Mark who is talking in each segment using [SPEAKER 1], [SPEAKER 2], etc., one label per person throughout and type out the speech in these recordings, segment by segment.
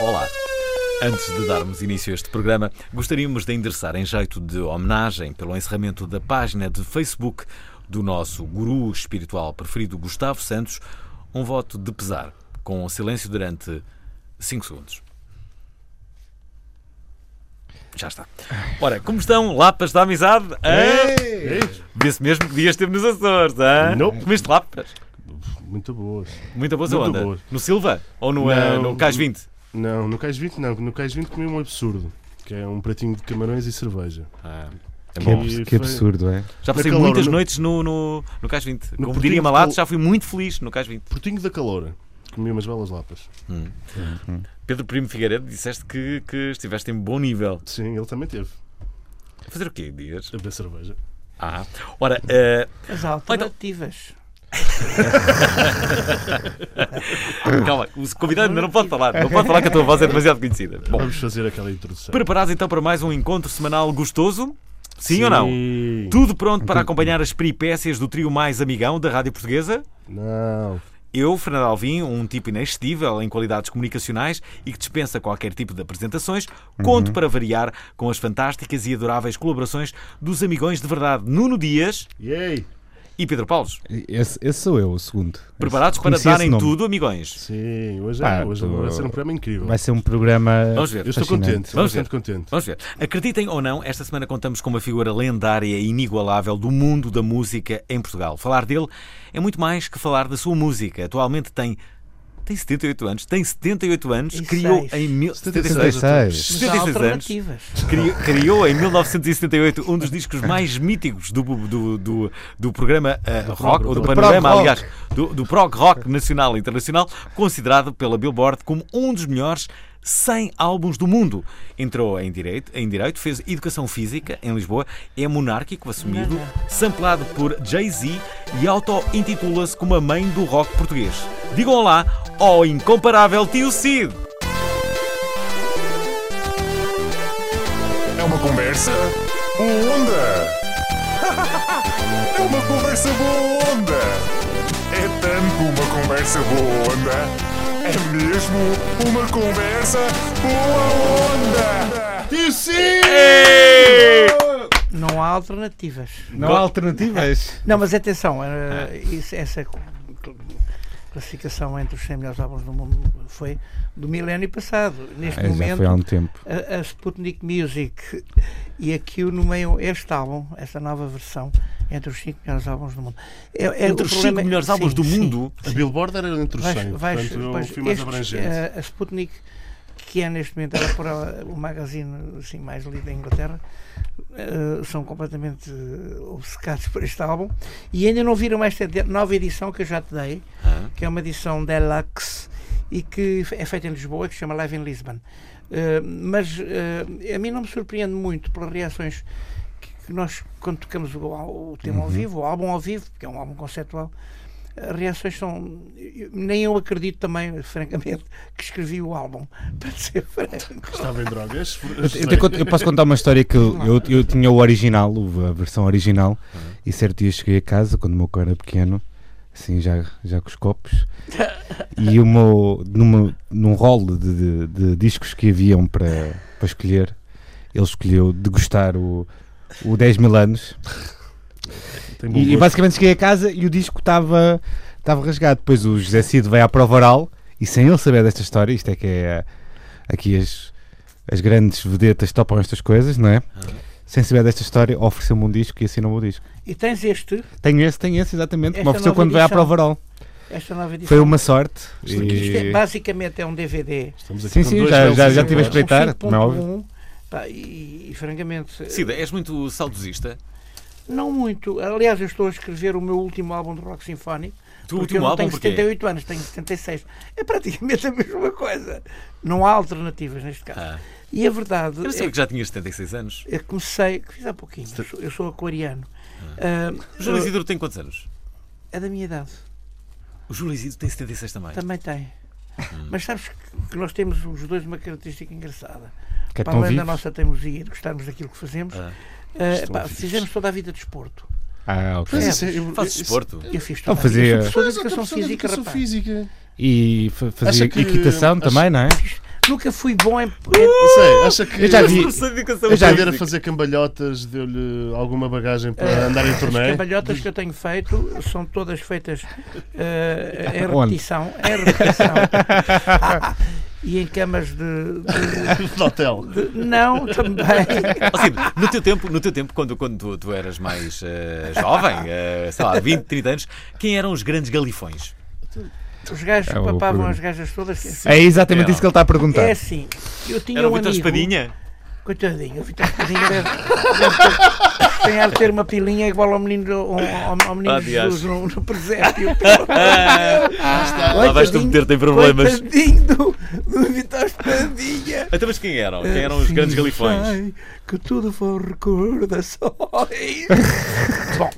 [SPEAKER 1] Olá. Antes de darmos início a este programa, gostaríamos de endereçar em jeito de homenagem pelo encerramento da página de Facebook do nosso guru espiritual preferido Gustavo Santos, um voto de pesar, com silêncio durante 5 segundos. Já está. Ora, como estão? Lapas da amizade? Hã? Vê-se mesmo que dias esteve nos Açores, hã?
[SPEAKER 2] Nope.
[SPEAKER 1] Comeste lapas?
[SPEAKER 2] Muito boas.
[SPEAKER 1] Muita boa
[SPEAKER 2] Muito
[SPEAKER 1] onda.
[SPEAKER 2] boas.
[SPEAKER 1] No Silva? Ou no, eh,
[SPEAKER 2] Não.
[SPEAKER 1] no Cais 20?
[SPEAKER 2] Não, no Cais 20 não. No Cais 20 comi um absurdo. Que é um pratinho de camarões e cerveja.
[SPEAKER 1] Ah, é
[SPEAKER 2] Que
[SPEAKER 1] bom.
[SPEAKER 2] abs-
[SPEAKER 3] Que absurdo, é?
[SPEAKER 1] Já passei
[SPEAKER 2] Naquela hora,
[SPEAKER 1] muitas
[SPEAKER 2] no-
[SPEAKER 1] noites no, no, no Cais 20.
[SPEAKER 2] No
[SPEAKER 1] Como
[SPEAKER 2] Portinho
[SPEAKER 1] diria
[SPEAKER 2] de
[SPEAKER 1] Malato,
[SPEAKER 2] Col-
[SPEAKER 1] já fui muito feliz no Cais 20.
[SPEAKER 2] Portinho da Caloura. Comi umas belas lapas.
[SPEAKER 1] Pedro Primo Figueiredo, disseste que, que estiveste em bom nível.
[SPEAKER 2] Sim, ele também teve.
[SPEAKER 1] Fazer o quê, Dias?
[SPEAKER 2] A beber cerveja.
[SPEAKER 1] Ah, ora, eh,
[SPEAKER 4] As alternativas.
[SPEAKER 1] calma, o convidado ainda não pode falar. Não pode falar que a tua voz é demasiado conhecida. Bom,
[SPEAKER 2] Vamos fazer aquela introdução.
[SPEAKER 1] preparados então para mais um encontro semanal gostoso? Sim, ou não?
[SPEAKER 2] Sim.
[SPEAKER 1] Tudo pronto para acompanhar as peripécias do trio mais amigão da Rádio Portuguesa?
[SPEAKER 2] Não.
[SPEAKER 1] Eu, Fernando Alvim, um tipo inexcedível em qualidades comunicacionais e que dispensa qualquer tipo de apresentações,
[SPEAKER 3] Uhum.
[SPEAKER 1] conto para variar com as fantásticas e adoráveis colaborações dos amigões de verdade Nuno Dias
[SPEAKER 2] Yay!
[SPEAKER 1] e Pedro Paulos.
[SPEAKER 3] Esse, esse sou eu, o segundo.
[SPEAKER 1] Preparados
[SPEAKER 3] Esse-
[SPEAKER 1] para
[SPEAKER 3] reconheci esse
[SPEAKER 1] darem
[SPEAKER 3] nome.
[SPEAKER 1] tudo, amigões?
[SPEAKER 2] Sim, hoje, é-
[SPEAKER 3] Pá,
[SPEAKER 2] hoje
[SPEAKER 3] tô-
[SPEAKER 2] vai ser um programa incrível.
[SPEAKER 3] Vai ser um programa.
[SPEAKER 1] Vamos
[SPEAKER 2] Eu
[SPEAKER 1] ver.
[SPEAKER 2] estou
[SPEAKER 3] Fascinante.
[SPEAKER 2] contente.
[SPEAKER 1] Vamos
[SPEAKER 2] bastante contente.
[SPEAKER 1] Vamos ver. Acreditem ou não, esta semana contamos com uma figura lendária e inigualável do mundo da música em Portugal. Falar dele é muito mais que falar da sua música. Atualmente tem tem 78 anos, tem 78 anos,
[SPEAKER 4] E
[SPEAKER 1] criou
[SPEAKER 4] seis.
[SPEAKER 1] em mil...
[SPEAKER 2] 76.
[SPEAKER 3] 76.
[SPEAKER 4] Mas
[SPEAKER 1] 76
[SPEAKER 4] há
[SPEAKER 1] anos.
[SPEAKER 4] alternativas.
[SPEAKER 1] Criou, criou em 1978 um dos discos mais míticos do, do, do, do programa eh, rock, ou do
[SPEAKER 2] do
[SPEAKER 1] panorama,
[SPEAKER 3] prog
[SPEAKER 1] aliás, do, do prog rock nacional e internacional, considerado pela Billboard como um dos melhores 100 álbuns do mundo. Entrou em direito, em direito fez educação física em Lisboa, é monárquico assumido, samplado por Jay-Z e auto-intitula-se como a mãe do rock português. Digam lá ao incomparável tio Cid!
[SPEAKER 5] É uma conversa boa onda. É uma conversa boa onda. É tanto uma conversa boa onda. É mesmo uma conversa boa onda.
[SPEAKER 2] E sim!
[SPEAKER 4] Não há alternativas.
[SPEAKER 3] Não há alternativas.
[SPEAKER 4] Não, mas atenção, eh, isso- essa cl- cl- classificação entre os 100 melhores álbuns do mundo foi do milénio passado. Neste
[SPEAKER 1] Ah,
[SPEAKER 3] É, já
[SPEAKER 4] momento,
[SPEAKER 3] foi há um tempo.
[SPEAKER 4] a, a Sputnik Music e a Q nomeiam este álbum, esta nova versão, entre os 5 melhores álbuns do mundo. É- é-
[SPEAKER 1] Entre
[SPEAKER 4] o
[SPEAKER 1] os
[SPEAKER 4] problema-
[SPEAKER 1] cinco melhores álbuns
[SPEAKER 4] sim,
[SPEAKER 1] do
[SPEAKER 4] sim.
[SPEAKER 1] mundo,
[SPEAKER 2] A Billboard era entre os
[SPEAKER 4] Vais-
[SPEAKER 2] 100,
[SPEAKER 4] vais-
[SPEAKER 2] portanto eu
[SPEAKER 4] pois
[SPEAKER 2] fui mais
[SPEAKER 4] estes,
[SPEAKER 2] abrangente.
[SPEAKER 4] eh, A, Sputnik, que é neste momento ela por ela, o magazine assim, mais lido da Inglaterra, eh, são completamente eh, obcecados por este álbum e ainda não viram esta de- nova edição que eu já te dei,
[SPEAKER 1] Ah.
[SPEAKER 4] que é uma edição deluxe e que é feita em Lisboa, que se chama Live in Lisbon. Eh, mas eh, a mim não me surpreende muito pelas reações que, que nós, quando tocamos o, o tema
[SPEAKER 2] Uhum.
[SPEAKER 4] ao vivo, o álbum ao vivo, porque é um álbum conceptual, as reações são. eu- Nem eu acredito também, francamente, que escrevi o álbum, para ser franco.
[SPEAKER 2] Estava em drogas.
[SPEAKER 3] Eu, te conto- eu posso contar uma história que eu, eu, eu tinha o original, o- a versão original, e certo dia cheguei a casa quando o meu cão era pequeno, assim já, já com os copos, e o meu, numa, num rol de, de- de discos que haviam para, para escolher, ele escolheu degustar o, o 10 mil anos.
[SPEAKER 2] Tem bom
[SPEAKER 3] E, e
[SPEAKER 2] gosto.
[SPEAKER 3] basicamente cheguei a casa e o disco estava estava rasgado. Depois o José Cid veio à prova oral e sem ele saber desta história, isto é que é aqui as, as grandes vedetas topam estas coisas, não
[SPEAKER 2] Ah.
[SPEAKER 3] é? Sem saber desta história, ofereceu-me um disco e assinou o disco.
[SPEAKER 4] E tens este,
[SPEAKER 3] Tenho esse, tenho esse, exatamente. que Me
[SPEAKER 4] Esta
[SPEAKER 3] ofereceu
[SPEAKER 4] nova
[SPEAKER 3] quando veio à
[SPEAKER 4] edição.
[SPEAKER 3] prova oral.
[SPEAKER 4] esta nova edição.
[SPEAKER 3] Foi uma sorte.
[SPEAKER 4] Isto é-
[SPEAKER 3] E...
[SPEAKER 4] basicamente é um DVD.
[SPEAKER 2] Estamos aqui
[SPEAKER 3] Sim,
[SPEAKER 2] com
[SPEAKER 3] sim,
[SPEAKER 2] dois
[SPEAKER 3] já,
[SPEAKER 2] belos
[SPEAKER 3] já, já tive a
[SPEAKER 2] exemplares.
[SPEAKER 3] espreitar. como é óbvio.
[SPEAKER 4] 5.1, pá, e, e francamente.
[SPEAKER 1] Cida, és muito saudosista?
[SPEAKER 4] Não muito. Aliás, eu estou a escrever o meu último álbum de rock sinfónico,
[SPEAKER 1] Tu,
[SPEAKER 4] porque
[SPEAKER 1] tu
[SPEAKER 4] eu não
[SPEAKER 1] álbum
[SPEAKER 4] tenho
[SPEAKER 1] porquê?
[SPEAKER 4] 78 anos, tenho 76. É praticamente a mesma coisa. Não há alternativas neste caso.
[SPEAKER 1] Ah,
[SPEAKER 4] E a verdade
[SPEAKER 1] eu não
[SPEAKER 4] é
[SPEAKER 1] sabia que já tinhas 76 anos.
[SPEAKER 4] eu comecei, que fiz há pouquinho, eu sou, eu sou aquariano. Ah,
[SPEAKER 1] O Júlio Isidro tem quantos anos?
[SPEAKER 4] é da minha idade,
[SPEAKER 1] O Júlio Isidro tem 76 também.
[SPEAKER 4] também tem.
[SPEAKER 1] Hum.
[SPEAKER 4] Mas sabes que- que nós temos os dois uma característica engraçada.
[SPEAKER 3] Que é
[SPEAKER 4] Para
[SPEAKER 3] tão
[SPEAKER 4] além
[SPEAKER 3] vivo. é
[SPEAKER 4] da nossa teimosia e de gostarmos daquilo que fazemos,
[SPEAKER 1] Ah.
[SPEAKER 4] ah,
[SPEAKER 3] Estão
[SPEAKER 4] pá,
[SPEAKER 3] vivos.
[SPEAKER 4] fizemos toda a vida desporto.
[SPEAKER 3] Ah, ok.
[SPEAKER 2] Mas isso é- eu-
[SPEAKER 1] Fazes
[SPEAKER 2] isso-
[SPEAKER 1] desporto.
[SPEAKER 4] Eu fiz
[SPEAKER 3] Então
[SPEAKER 4] toda a vida.
[SPEAKER 3] fazia-
[SPEAKER 4] Eu sou
[SPEAKER 2] Mas eu
[SPEAKER 4] professor de educação
[SPEAKER 2] sou de
[SPEAKER 4] física,
[SPEAKER 2] educação
[SPEAKER 4] rapaz.
[SPEAKER 2] física.
[SPEAKER 3] E fa- fazia
[SPEAKER 2] Acha que-
[SPEAKER 3] equitação
[SPEAKER 2] acha-
[SPEAKER 3] também, não é?
[SPEAKER 4] Nunca fui bom em.
[SPEAKER 2] Não sei, acha que
[SPEAKER 3] Eu já vi-
[SPEAKER 1] Professor de educação
[SPEAKER 3] Eu já
[SPEAKER 2] aprender a
[SPEAKER 1] física.
[SPEAKER 2] fazer cambalhotas deu-lhe alguma bagagem para
[SPEAKER 4] Eh,
[SPEAKER 2] andar em
[SPEAKER 4] As
[SPEAKER 2] torneio?
[SPEAKER 4] cambalhotas que eu tenho feito são todas feitas eh, em
[SPEAKER 3] Onde?
[SPEAKER 4] repetição, em repetição. Ah, e em camas de- de-
[SPEAKER 2] De hotel.
[SPEAKER 4] de não, também.
[SPEAKER 1] Ou seja, no teu tempo, no teu tempo quando, quando tu, tu eras mais eh, jovem, eh, sei lá, 20, 30 anos, quem eram os grandes galifões?
[SPEAKER 4] Os gajos
[SPEAKER 3] É o
[SPEAKER 4] papavam
[SPEAKER 3] problema.
[SPEAKER 4] as gajas todas. que é assim.
[SPEAKER 3] É exatamente
[SPEAKER 1] É.
[SPEAKER 3] isso que ele está a perguntar.
[SPEAKER 4] É assim, eu tinha
[SPEAKER 1] Era o
[SPEAKER 4] um
[SPEAKER 1] Vitor
[SPEAKER 4] amigo.
[SPEAKER 1] Espadinha?
[SPEAKER 4] Coitadinho, o Vitor Espadinha deve, deve ter, tem ar de ter uma pilinha igual ao menino, do- ao, ao- ao menino
[SPEAKER 1] Ah,
[SPEAKER 4] Jesus
[SPEAKER 1] diacho.
[SPEAKER 4] no, no presépio.
[SPEAKER 1] Ah, lá vais-te
[SPEAKER 4] Coitadinho-
[SPEAKER 1] meter-te em problemas.
[SPEAKER 4] Coitadinho do, do Vitor Espadinha.
[SPEAKER 1] Então, mas quem eram? Quem eram os grandes
[SPEAKER 4] Assim
[SPEAKER 1] galifões?
[SPEAKER 4] vai, Que tudo foram recordações. Bom,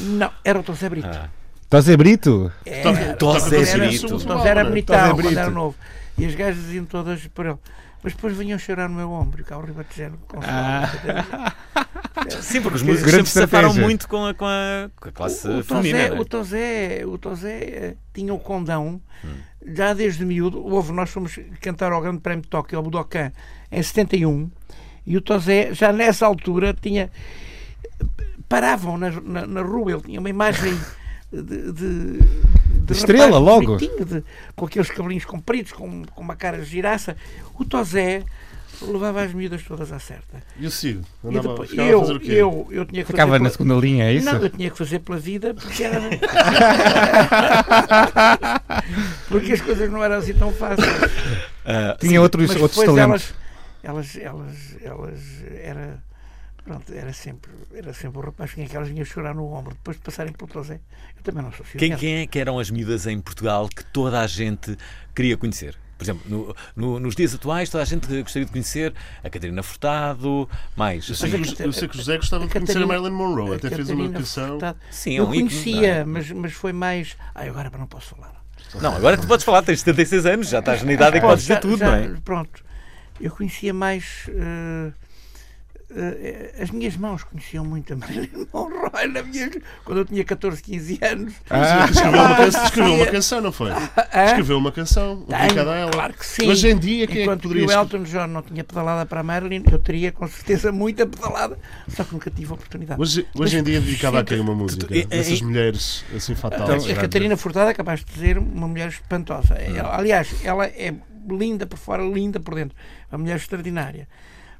[SPEAKER 4] não, era o Tom Zé Brito.
[SPEAKER 1] Ah.
[SPEAKER 3] Estás a ser Brito?
[SPEAKER 4] Era-
[SPEAKER 1] Tosse
[SPEAKER 4] Era-
[SPEAKER 1] é bonito.
[SPEAKER 4] Então era bonitão
[SPEAKER 2] Brito.
[SPEAKER 4] quando era novo. E as gajas iam todas por ele. Mas depois vinham chorar no meu ombro, cá o Ribatejano.
[SPEAKER 1] Ah. Sim, porque os músicos sempre
[SPEAKER 3] Grande
[SPEAKER 1] se safaram
[SPEAKER 3] estratégia.
[SPEAKER 1] muito com a, com a, com
[SPEAKER 3] eh,
[SPEAKER 1] a classe
[SPEAKER 4] O
[SPEAKER 1] feminina.
[SPEAKER 4] Tozé,
[SPEAKER 3] é?
[SPEAKER 1] né?
[SPEAKER 4] o Tozé, o Tozé eh, tinha o condão,
[SPEAKER 3] Hum.
[SPEAKER 4] já desde miúdo, houve, nós fomos cantar ao Grande Prémio de Tóquio, ao Budokan, em 71, e o Tozé já nessa altura tinha. paravam na, na, na rua, ele tinha uma imagem de. de de
[SPEAKER 3] Estrela,
[SPEAKER 4] rapaz
[SPEAKER 3] logo.
[SPEAKER 4] bonitinho, de- com aqueles cabelinhos compridos, com, com uma cara de giraça. O Tozé levava as miúdas todas à certa.
[SPEAKER 2] E o Cid?
[SPEAKER 4] E
[SPEAKER 2] Andava,
[SPEAKER 4] depois,
[SPEAKER 2] ficava a fazer
[SPEAKER 4] eu,
[SPEAKER 2] o quê?
[SPEAKER 4] eu, eu tinha que
[SPEAKER 3] Ficava
[SPEAKER 4] fazer
[SPEAKER 3] na
[SPEAKER 4] pela-
[SPEAKER 3] segunda linha, é isso?
[SPEAKER 4] não, eu tinha que fazer pela vida porque era. porque as coisas não eram assim tão fáceis.
[SPEAKER 1] Ah,
[SPEAKER 3] Tinha outros,
[SPEAKER 4] Mas
[SPEAKER 3] outros
[SPEAKER 4] depois
[SPEAKER 3] talentos.
[SPEAKER 4] elas, elas, elas, elas, era. Pronto, era sempre, era sempre o rapaz que tinha aquelas vinhas chorar no ombro depois de passarem pelo Tosé. Eu também não sou
[SPEAKER 1] quem,
[SPEAKER 4] ciumento.
[SPEAKER 1] quem é que eram as miúdas em Portugal que toda a gente queria conhecer? Por exemplo, no- no- nos dias atuais, toda a gente gostaria de conhecer a Catarina Furtado, mais. assim,
[SPEAKER 2] Eu sei, que, o- eu sei que o José gostava
[SPEAKER 4] A
[SPEAKER 2] de conhecer a
[SPEAKER 4] Catarina-
[SPEAKER 2] Marilyn Monroe, até fez uma
[SPEAKER 4] Catarina
[SPEAKER 2] canção.
[SPEAKER 4] Furtado.
[SPEAKER 1] Sim, é
[SPEAKER 4] eu
[SPEAKER 1] um ícone,
[SPEAKER 4] conhecia, mas, mas foi mais. Ai, agora não posso falar.
[SPEAKER 1] Não, agora tu podes falar, tens 76 anos, já estás na idade em que podes dizer
[SPEAKER 4] Já-
[SPEAKER 1] tudo,
[SPEAKER 4] já-
[SPEAKER 1] não é?
[SPEAKER 4] Pronto. Eu conhecia mais. eh, eh, as minhas mãos conheciam muito a Marilyn Monroe na minha- quando eu tinha 14, 15 anos.
[SPEAKER 3] Ah,
[SPEAKER 2] Escreveu uma,
[SPEAKER 4] Ah,
[SPEAKER 2] can- escreveu uma
[SPEAKER 4] sim.
[SPEAKER 2] canção, não foi?
[SPEAKER 4] Hã?
[SPEAKER 2] Escreveu uma canção
[SPEAKER 4] Tenho,
[SPEAKER 2] dedicada a ela.
[SPEAKER 4] Claro que sim.
[SPEAKER 2] Hoje em dia, quem é que
[SPEAKER 4] Enquanto
[SPEAKER 2] poderia
[SPEAKER 4] o
[SPEAKER 2] escrever?
[SPEAKER 4] Elton John não tinha pedalada para a Marilyn, eu teria com certeza muita pedalada, só que nunca tive a oportunidade.
[SPEAKER 2] Hoje, hoje em dia dedicava a quem uma música?
[SPEAKER 1] tu- e- e-
[SPEAKER 2] Dessas mulheres assim fatal.
[SPEAKER 4] Então, a Catarina Furtado é capaz de dizer uma mulher espantosa.
[SPEAKER 2] Hum.
[SPEAKER 4] Ela- aliás, ela é linda por fora, linda por dentro. Uma mulher extraordinária.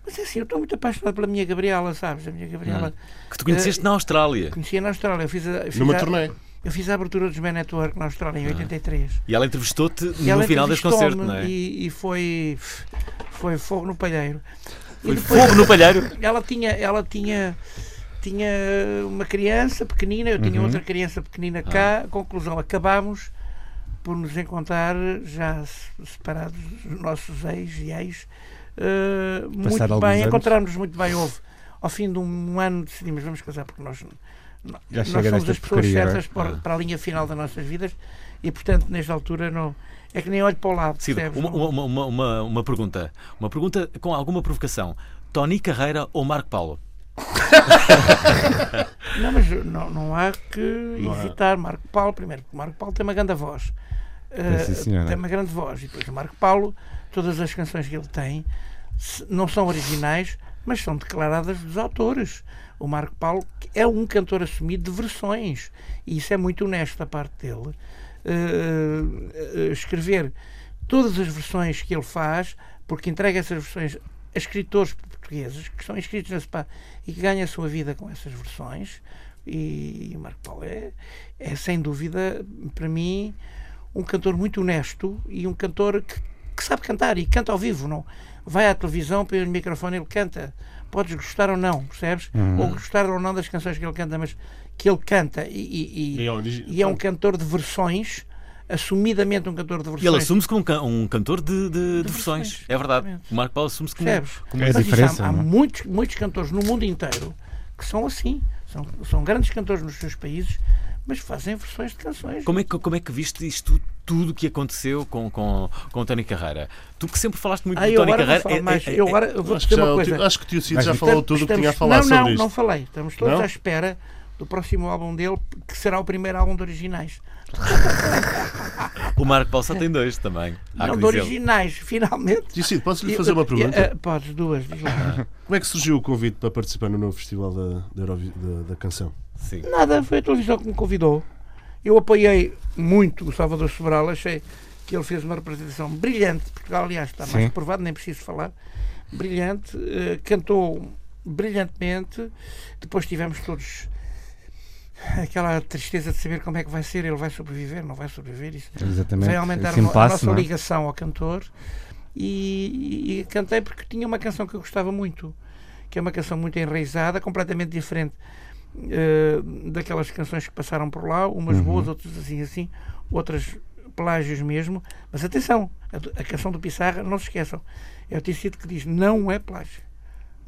[SPEAKER 4] Mas é assim, eu estou muito apaixonado pela minha Gabriela, sabes? A minha Gabriela
[SPEAKER 1] Que tu
[SPEAKER 4] Eh,
[SPEAKER 1] conheceste na Austrália.
[SPEAKER 4] conhecia na Austrália. Eu fiz a, eu fiz
[SPEAKER 2] Numa
[SPEAKER 4] a-
[SPEAKER 2] turnê.
[SPEAKER 4] eu fiz a abertura dos Ben Network na Austrália em 83.
[SPEAKER 1] E ela entrevistou-te
[SPEAKER 4] E ela
[SPEAKER 1] no final deste
[SPEAKER 4] entrevistou-me
[SPEAKER 1] concerto, não é?
[SPEAKER 4] E, e foi, foi fogo no palheiro. E
[SPEAKER 1] Foi
[SPEAKER 4] depois-
[SPEAKER 1] fogo no palheiro.
[SPEAKER 4] ela tinha ela tinha tinha uma criança pequenina eu
[SPEAKER 3] Uhum.
[SPEAKER 4] tinha outra criança pequenina
[SPEAKER 3] Ah.
[SPEAKER 4] cá conclusão acabámos por nos encontrar já se- separados dos nossos ex e ex eh, muito
[SPEAKER 3] alguns
[SPEAKER 4] bem
[SPEAKER 3] anos.
[SPEAKER 4] encontrámos muito bem houve ao fim de um ano decidimos vamos casar porque nós n-
[SPEAKER 3] Já
[SPEAKER 4] nós
[SPEAKER 3] chega
[SPEAKER 4] somos as
[SPEAKER 3] desta
[SPEAKER 4] pessoas
[SPEAKER 3] porcaria,
[SPEAKER 4] certas
[SPEAKER 1] não é?
[SPEAKER 3] Ah.
[SPEAKER 4] para, para a linha final das nossas vidas e portanto nesta altura não é que nem olho para o lado
[SPEAKER 1] Cid,
[SPEAKER 4] percebes?
[SPEAKER 1] uma,
[SPEAKER 4] Não-
[SPEAKER 1] uma, uma, uma, uma pergunta. Uma pergunta com alguma provocação. Tony Carreira ou Marco Paulo?
[SPEAKER 4] Não, mas não, não há que
[SPEAKER 2] Não há.
[SPEAKER 4] hesitar. Marco Paulo, primeiro, porque Marco Paulo tem uma grande voz. Eh,
[SPEAKER 3] sim, senhora.
[SPEAKER 4] tem uma grande voz. E depois o Marco Paulo, todas as canções que ele tem se- não são originais, mas são declaradas dos autores. O Marco Paulo é um cantor assumido de versões. E isso é muito honesto da parte dele. Eh, eh, escrever todas as versões que ele faz, porque entrega essas versões a escritores portugueses que são inscritos na SPA e que ganham a sua vida com essas versões. E, o Marco Paulo é, é, sem dúvida, para mim, um cantor muito honesto e um cantor que, que sabe cantar e canta ao vivo. não Vai à televisão, põe o
[SPEAKER 6] Uhum.
[SPEAKER 4] microfone ele canta. Podes gostar ou não, percebes? Ou gostar ou não das canções que ele canta, mas que ele canta e, e- e-
[SPEAKER 2] É origi-
[SPEAKER 4] e é um cantor de versões, assumidamente um cantor de
[SPEAKER 6] E ele
[SPEAKER 4] versões.
[SPEAKER 6] assume-se como um, can- um cantor de, de, de versões.
[SPEAKER 4] versões,
[SPEAKER 6] É verdade.
[SPEAKER 4] exatamente.
[SPEAKER 6] O Marco Paulo assume-se como.
[SPEAKER 4] Percebes?
[SPEAKER 3] É a
[SPEAKER 4] Mas isso
[SPEAKER 3] diferença,
[SPEAKER 4] há, há
[SPEAKER 3] não é?
[SPEAKER 4] muitos, muitos cantores no mundo inteiro que são assim. São, são grandes cantores nos seus países, mas fazem versões de canções.
[SPEAKER 6] Como é, que, como é que viste isto tudo que aconteceu com, com, com o Tony Carreira? Tu que sempre falaste muito
[SPEAKER 4] Ah,
[SPEAKER 6] do
[SPEAKER 4] eu
[SPEAKER 6] Tony
[SPEAKER 4] agora vou
[SPEAKER 6] Carreira.
[SPEAKER 4] falar
[SPEAKER 6] é-
[SPEAKER 4] mais.
[SPEAKER 6] é-
[SPEAKER 4] Eu
[SPEAKER 6] é-
[SPEAKER 4] agora vou
[SPEAKER 2] Acho que,
[SPEAKER 4] dizer
[SPEAKER 2] já,
[SPEAKER 4] uma
[SPEAKER 2] o
[SPEAKER 4] coisa.
[SPEAKER 2] tio- acho que o tio Cid já
[SPEAKER 3] Mas-
[SPEAKER 2] falou tudo o que
[SPEAKER 4] Estamos-
[SPEAKER 2] tinha a falar
[SPEAKER 4] não,
[SPEAKER 2] sobre
[SPEAKER 4] não,
[SPEAKER 2] isto.
[SPEAKER 4] Não falei. Estamos todos
[SPEAKER 2] Não?
[SPEAKER 4] à espera do próximo álbum dele, que será o primeiro álbum de originais.
[SPEAKER 6] O Marco Paulo só tem dois também.
[SPEAKER 2] Ah,
[SPEAKER 6] Ah, Há
[SPEAKER 4] não,
[SPEAKER 6] que
[SPEAKER 4] de
[SPEAKER 6] dizê-lo.
[SPEAKER 4] originais, finalmente.
[SPEAKER 2] Tio Cid, posso lhe fazer uma
[SPEAKER 4] E-
[SPEAKER 2] pergunta?
[SPEAKER 4] eh, podes, duas, diz lá.
[SPEAKER 2] Como é que surgiu o convite para participar no novo festival da, da, Eurovi- da- da canção?
[SPEAKER 6] Sim.
[SPEAKER 4] Nada, foi a televisão que me convidou. Eu apoiei muito o Salvador Sobral, achei que ele fez uma representação brilhante. Portugal, aliás, está mais
[SPEAKER 3] Sim.
[SPEAKER 4] provado, nem preciso falar. Brilhante, eh, cantou brilhantemente. Depois tivemos todos aquela tristeza de saber como é que vai ser, ele vai sobreviver, não vai sobreviver. Isso
[SPEAKER 3] Exatamente.
[SPEAKER 4] Vai aumentar
[SPEAKER 3] Esse
[SPEAKER 4] a no- a
[SPEAKER 3] impasse,
[SPEAKER 4] nossa
[SPEAKER 3] não é?
[SPEAKER 4] ligação ao cantor. E, e- e cantei porque tinha uma canção que eu gostava muito, que é uma canção muito enraizada, completamente diferente eh, daquelas canções que passaram por lá, umas boas, outras assim assim, outras plágios mesmo. Mas atenção, a, do- a canção do Pissarra, não se esqueçam, é o tecido que diz não é plágio.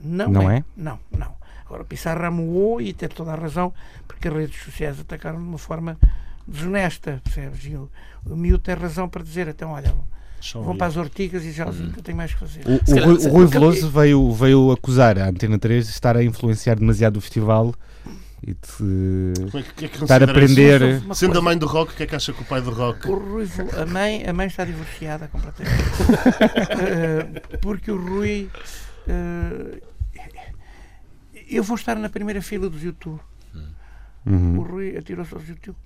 [SPEAKER 4] Não,
[SPEAKER 3] Não
[SPEAKER 4] é.
[SPEAKER 3] é?
[SPEAKER 4] Não, não. Agora, o Pissarra moou e teve toda a razão, porque as redes sociais atacaram de uma forma desonesta, percebes? E o, o miúdo tem razão para dizer, então, olha, vão para as ortigas e já que eu tenho mais que fazer.
[SPEAKER 3] O,
[SPEAKER 6] Se
[SPEAKER 3] o
[SPEAKER 6] calhar-
[SPEAKER 3] Rui- o
[SPEAKER 6] se-
[SPEAKER 3] Rui
[SPEAKER 4] nunca-
[SPEAKER 3] Veloso veio, veio acusar a Antena 3 de estar a influenciar demasiado o festival e de
[SPEAKER 2] Como é que, o que é que
[SPEAKER 3] estar
[SPEAKER 2] considera
[SPEAKER 3] a
[SPEAKER 2] isso?
[SPEAKER 3] prender.
[SPEAKER 4] Uma
[SPEAKER 2] Sendo
[SPEAKER 4] coisa-
[SPEAKER 2] a mãe do rock, o que é que acha que o pai do rock?
[SPEAKER 4] O Rui, Vel- a mãe, a mãe está divorciada completamente. Eh, porque o Rui. eh, eu vou estar na primeira fila dos YouTube.
[SPEAKER 3] Uhum.
[SPEAKER 4] O Rui atirou-se aos YouTube.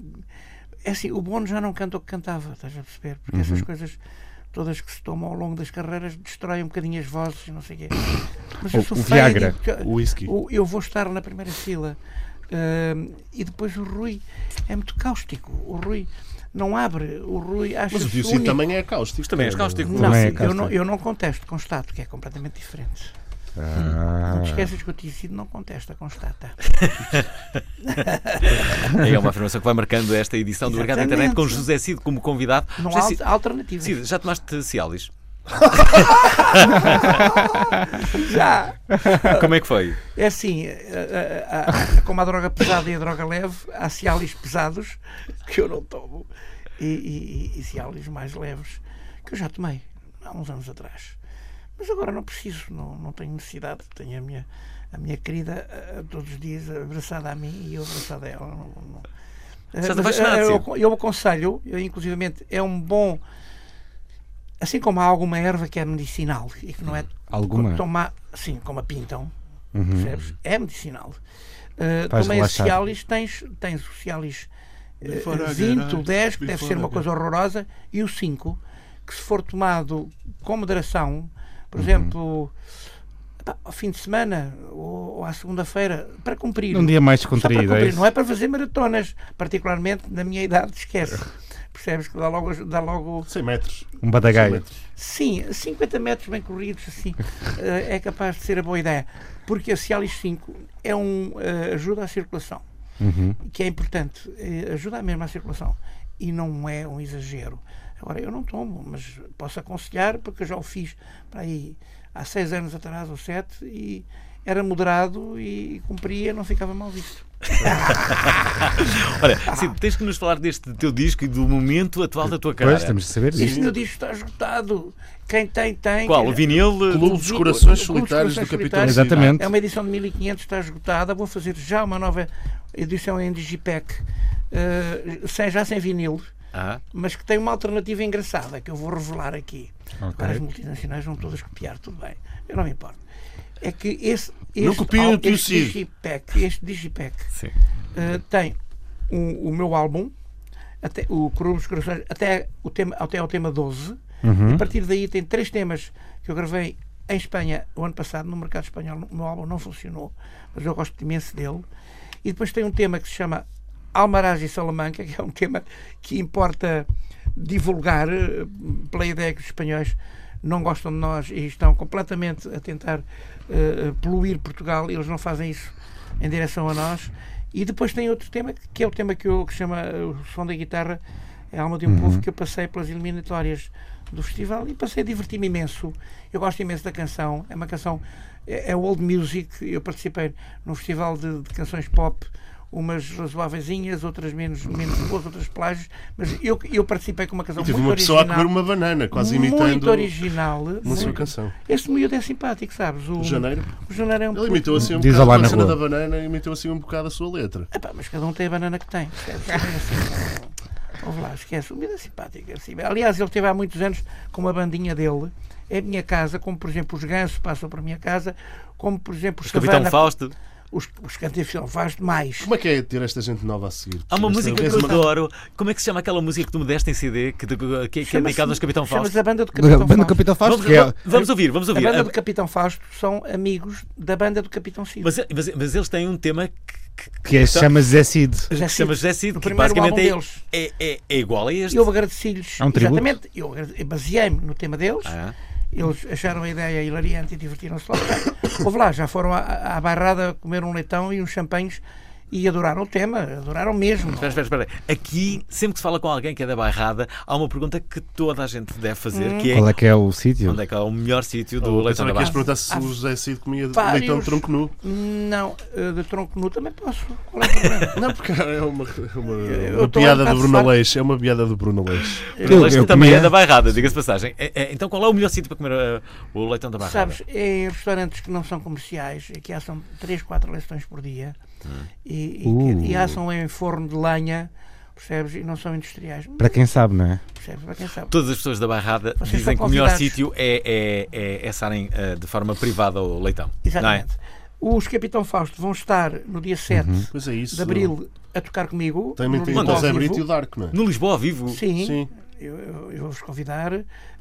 [SPEAKER 4] É assim, o Bono já não canta o que cantava, estás a perceber? Porque
[SPEAKER 3] Uhum.
[SPEAKER 4] essas coisas todas que se tomam ao longo das carreiras destroem um bocadinho as vozes, e não sei o quê. Mas eu
[SPEAKER 3] O-
[SPEAKER 4] sou
[SPEAKER 3] o
[SPEAKER 4] fã e
[SPEAKER 3] Viagra,
[SPEAKER 4] digo que-
[SPEAKER 2] O whisky.
[SPEAKER 4] o- eu vou estar na primeira fila. Ahm, e depois o Rui é muito cáustico. O Rui não abre, o Rui acha
[SPEAKER 2] Mas o tio Cid também é cáustico.
[SPEAKER 6] Também um és cáustico.
[SPEAKER 4] Não,
[SPEAKER 3] Também é
[SPEAKER 4] eu,
[SPEAKER 3] cáustico.
[SPEAKER 4] não, eu não contesto, constato que é completamente diferente. Não
[SPEAKER 3] Ah,
[SPEAKER 4] te esqueças que o tio Cid não contesta, constata.
[SPEAKER 6] É uma afirmação que vai marcando esta edição do Mercado da Internet com
[SPEAKER 4] Exatamente.
[SPEAKER 6] José Cid como convidado.
[SPEAKER 4] Não
[SPEAKER 6] José
[SPEAKER 4] há
[SPEAKER 6] Cid,
[SPEAKER 4] al- alternativa.
[SPEAKER 6] Cid, já tomaste Cialis?
[SPEAKER 4] Já!
[SPEAKER 6] Como é que foi?
[SPEAKER 4] É assim, eh, eh, há- como a droga pesada e a droga leve, há cialis pesados que eu não tomo e, e, e cialis mais leves que eu já tomei há uns anos atrás. Mas agora não preciso, não, não tenho necessidade. Tenho a minha, a minha querida eh, todos os dias abraçada a mim e eu abraçada a ela. Não, não- Eh,
[SPEAKER 6] Estás
[SPEAKER 4] mas,
[SPEAKER 6] apaixonado,
[SPEAKER 4] eh,
[SPEAKER 6] Cid?
[SPEAKER 4] eu, eu aconselho, eu, inclusivamente, é um bom. Assim como há alguma erva que é medicinal e que não é
[SPEAKER 3] Alguma?
[SPEAKER 4] tomar, sim, como a pintam, percebes? É medicinal. Uh,
[SPEAKER 3] Uhum. Faz
[SPEAKER 4] tomei a
[SPEAKER 3] relaxar.
[SPEAKER 4] Cialis, tens, tens o Cialis eh,
[SPEAKER 2] Before I
[SPEAKER 4] 20,
[SPEAKER 2] get
[SPEAKER 4] o 10, que deve
[SPEAKER 2] before
[SPEAKER 4] ser
[SPEAKER 2] I
[SPEAKER 4] uma
[SPEAKER 2] get-
[SPEAKER 4] coisa horrorosa, e o 5, que se for tomado com moderação, por exemplo, pá, ao fim de semana ou, ou à segunda-feira, para cumprir.
[SPEAKER 3] Um dia mais
[SPEAKER 4] Só para
[SPEAKER 3] descontraído,
[SPEAKER 4] cumprir,
[SPEAKER 3] é isso?
[SPEAKER 4] não é para fazer maratonas, particularmente na minha idade, esquece. Percebes que dá logo, dá logo
[SPEAKER 2] 100 metros.
[SPEAKER 3] Um
[SPEAKER 2] 100
[SPEAKER 3] badagaio.
[SPEAKER 2] metros.
[SPEAKER 4] Sim, 50 metros bem corridos, assim, eh, é capaz de ser a boa ideia. Porque a Cialis 5 é um, eh, ajuda à circulação, que é importante, eh, ajuda mesmo à circulação. E não é um exagero. Agora, eu não tomo, mas posso aconselhar, porque eu já o fiz para aí há seis anos atrás ou sete e era moderado e cumpria, não ficava mal visto.
[SPEAKER 6] Olha, Cid, tens que nos falar deste teu disco e do momento atual da tua
[SPEAKER 3] Pois,
[SPEAKER 6] carreira.
[SPEAKER 3] temos de saber
[SPEAKER 4] Este
[SPEAKER 3] disto.
[SPEAKER 4] meu disco está esgotado. Quem tem, tem.
[SPEAKER 6] Qual? O vinil?
[SPEAKER 2] Clube dos
[SPEAKER 4] vi-
[SPEAKER 2] Corações
[SPEAKER 4] Clube dos
[SPEAKER 2] Solitários do
[SPEAKER 4] Corações
[SPEAKER 2] Capitão
[SPEAKER 4] Solitários.
[SPEAKER 2] Cid.
[SPEAKER 3] Exatamente.
[SPEAKER 4] É uma edição de 1500, está esgotada. Vou fazer já uma nova edição em Digipec, eh, sem, já sem vinil,
[SPEAKER 6] Ah,
[SPEAKER 4] mas que tem uma alternativa engraçada que eu vou revelar aqui.
[SPEAKER 3] Ok.
[SPEAKER 4] Agora as multinacionais vão todas copiar, tudo bem, eu não me importo. É que esse, este,
[SPEAKER 2] Não copiem o tio
[SPEAKER 4] este
[SPEAKER 2] Cid.
[SPEAKER 4] Digipack, este Digipack
[SPEAKER 6] sim.
[SPEAKER 4] eh, tem o, o meu álbum, até, o Coroa dos Corações, até, o tema, até ao tema 12. E a partir daí tem três temas que eu gravei em Espanha o ano passado, no mercado espanhol. O meu álbum não funcionou, mas eu gosto imenso dele. E depois tem um tema que se chama Almaraz e Salamanca, que é um tema que importa divulgar eh, pela ideia que os espanhóis não gostam de nós e estão eh, completamente a tentar eh, poluir Portugal. Eles não fazem isso em direção a nós E depois tem outro tema, que é o tema que, eu, que chama eh, O Som da Guitarra é a alma de
[SPEAKER 2] Uhum.
[SPEAKER 4] um povo, que eu passei pelas eliminatórias do festival e passei a divertir-me imenso. Eu gosto imenso da canção, é uma canção, é, é old music. Eu participei num festival de, de canções pop, umas razoáveis, outras menos, menos boas, outras plágios, mas eu, eu participei com uma canção
[SPEAKER 2] Tive
[SPEAKER 4] muito
[SPEAKER 2] uma pessoa a
[SPEAKER 4] original.
[SPEAKER 2] comer uma banana, quase
[SPEAKER 4] Muito
[SPEAKER 2] imitando
[SPEAKER 4] original.
[SPEAKER 2] uma sua
[SPEAKER 4] muito-
[SPEAKER 2] canção.
[SPEAKER 4] Este miúdo é simpático, sabes? O,
[SPEAKER 2] O Janeiro.
[SPEAKER 4] o Janeiro é um
[SPEAKER 2] Ele imitou assim um
[SPEAKER 3] Diz
[SPEAKER 2] bocado
[SPEAKER 3] lá
[SPEAKER 2] a
[SPEAKER 3] na
[SPEAKER 2] cena
[SPEAKER 3] rua.
[SPEAKER 2] da banana, imitou assim um bocado a sua letra.
[SPEAKER 4] Epá, mas cada um tem a banana que tem. percebes? É assim, não- Ouve lá, esquece. O miúdo é simpático. é assim. Aliás, ele teve há muitos anos com uma bandinha dele. É a minha casa, como por exemplo os gansos passam para a minha casa, como por exemplo os
[SPEAKER 1] Capitão
[SPEAKER 4] Savana-
[SPEAKER 1] Fausto.
[SPEAKER 4] Os, os Capitão Fausto, mais.
[SPEAKER 2] Como é que é ter esta gente nova a seguir?
[SPEAKER 1] Há uma
[SPEAKER 2] Esta
[SPEAKER 1] música
[SPEAKER 2] vez
[SPEAKER 1] que eu
[SPEAKER 2] uma-
[SPEAKER 1] adoro. Como é que se chama aquela música que tu me deste em CD que, que- que é
[SPEAKER 4] Chama-se-
[SPEAKER 1] dedicada aos Capitão Fausto?
[SPEAKER 4] Chama-se a banda do Capitão
[SPEAKER 3] Banda
[SPEAKER 4] Fausto.
[SPEAKER 3] Capitão Fausto,
[SPEAKER 1] Vamos,
[SPEAKER 3] que é.
[SPEAKER 1] vamos- vamos ouvir, vamos
[SPEAKER 4] A
[SPEAKER 1] ouvir.
[SPEAKER 4] banda do
[SPEAKER 1] Ah,
[SPEAKER 4] Capitão Fausto são amigos da banda do Capitão Cid.
[SPEAKER 1] Mas, mas- mas eles têm um tema que, que-
[SPEAKER 3] Que é,
[SPEAKER 1] Então-
[SPEAKER 3] chama Zé Cid.
[SPEAKER 1] que
[SPEAKER 4] Zé
[SPEAKER 1] se chama
[SPEAKER 4] Cid.
[SPEAKER 1] José Cid,
[SPEAKER 4] No
[SPEAKER 1] que
[SPEAKER 4] primeiro
[SPEAKER 1] basicamente
[SPEAKER 4] álbum deles.
[SPEAKER 1] é, é, é- é igual a este.
[SPEAKER 4] Eu agradeci-lhes.
[SPEAKER 3] É um tributo?
[SPEAKER 4] Exatamente. Eu agrade- baseei-me no tema deles.
[SPEAKER 1] Ah,
[SPEAKER 4] Eles acharam a ideia hilariante e divertiram-se lá. Houve lá, já foram à, à barrada comer um leitão e uns champanhes e adoraram o tema, adoraram mesmo.
[SPEAKER 1] espera, espera, espera. Aqui, sempre que se fala com alguém que é da Bairrada, há uma pergunta que toda a gente deve fazer,
[SPEAKER 4] Hum.
[SPEAKER 1] que é,
[SPEAKER 3] Qual é que é o sítio?
[SPEAKER 1] onde é que é o melhor sítio do
[SPEAKER 2] Eu
[SPEAKER 1] Leitão
[SPEAKER 2] Pensava
[SPEAKER 1] da
[SPEAKER 2] que ias
[SPEAKER 1] Barra.
[SPEAKER 2] perguntar se o José Cid comia
[SPEAKER 4] vários-
[SPEAKER 2] leitão de tronco nu.
[SPEAKER 4] Não, eh, de tronco nu também posso. Qual é o problema?
[SPEAKER 2] Não, porque é uma, é uma,
[SPEAKER 4] Eu
[SPEAKER 2] uma
[SPEAKER 4] tô
[SPEAKER 2] piada
[SPEAKER 4] a
[SPEAKER 2] do Bruno
[SPEAKER 4] passar-
[SPEAKER 2] Aleixo. É uma piada do Bruno Aleixo.
[SPEAKER 1] Bruno Leste
[SPEAKER 3] eu
[SPEAKER 1] também
[SPEAKER 3] comia-
[SPEAKER 1] é da Bairrada, diga-se de passagem. É- é- então qual é o melhor sítio para comer ah, o Leitão da Bairrada?
[SPEAKER 4] Sabes, é em restaurantes que não são comerciais, aqui há são 3, 4 leitões por dia e, e,
[SPEAKER 3] Uh.
[SPEAKER 4] e há são em forno de lenha, percebes? E não são industriais.
[SPEAKER 3] Para quem sabe, não é?
[SPEAKER 4] Percebes? Para quem sabe.
[SPEAKER 1] Todas as pessoas da Bairrada
[SPEAKER 4] Vocês são
[SPEAKER 1] dizem que o melhor
[SPEAKER 4] convidados.
[SPEAKER 1] sítio é, é, é, é assarem ah, de forma privada o leitão. é?
[SPEAKER 4] Exatamente.
[SPEAKER 3] é?
[SPEAKER 4] Os Capitão Fausto vão estar no dia 7
[SPEAKER 3] Uhum.
[SPEAKER 2] Pois é isso.
[SPEAKER 4] de Abril a tocar comigo.
[SPEAKER 2] Também
[SPEAKER 4] no
[SPEAKER 2] tem o
[SPEAKER 4] Lisboa ao
[SPEAKER 2] José
[SPEAKER 4] vivo.
[SPEAKER 2] Brito e o Dark, não é?
[SPEAKER 1] Não é? No Lisboa ao vivo.
[SPEAKER 4] Sim,
[SPEAKER 2] Sim.
[SPEAKER 4] eu, eu- eu vou-vos convidar.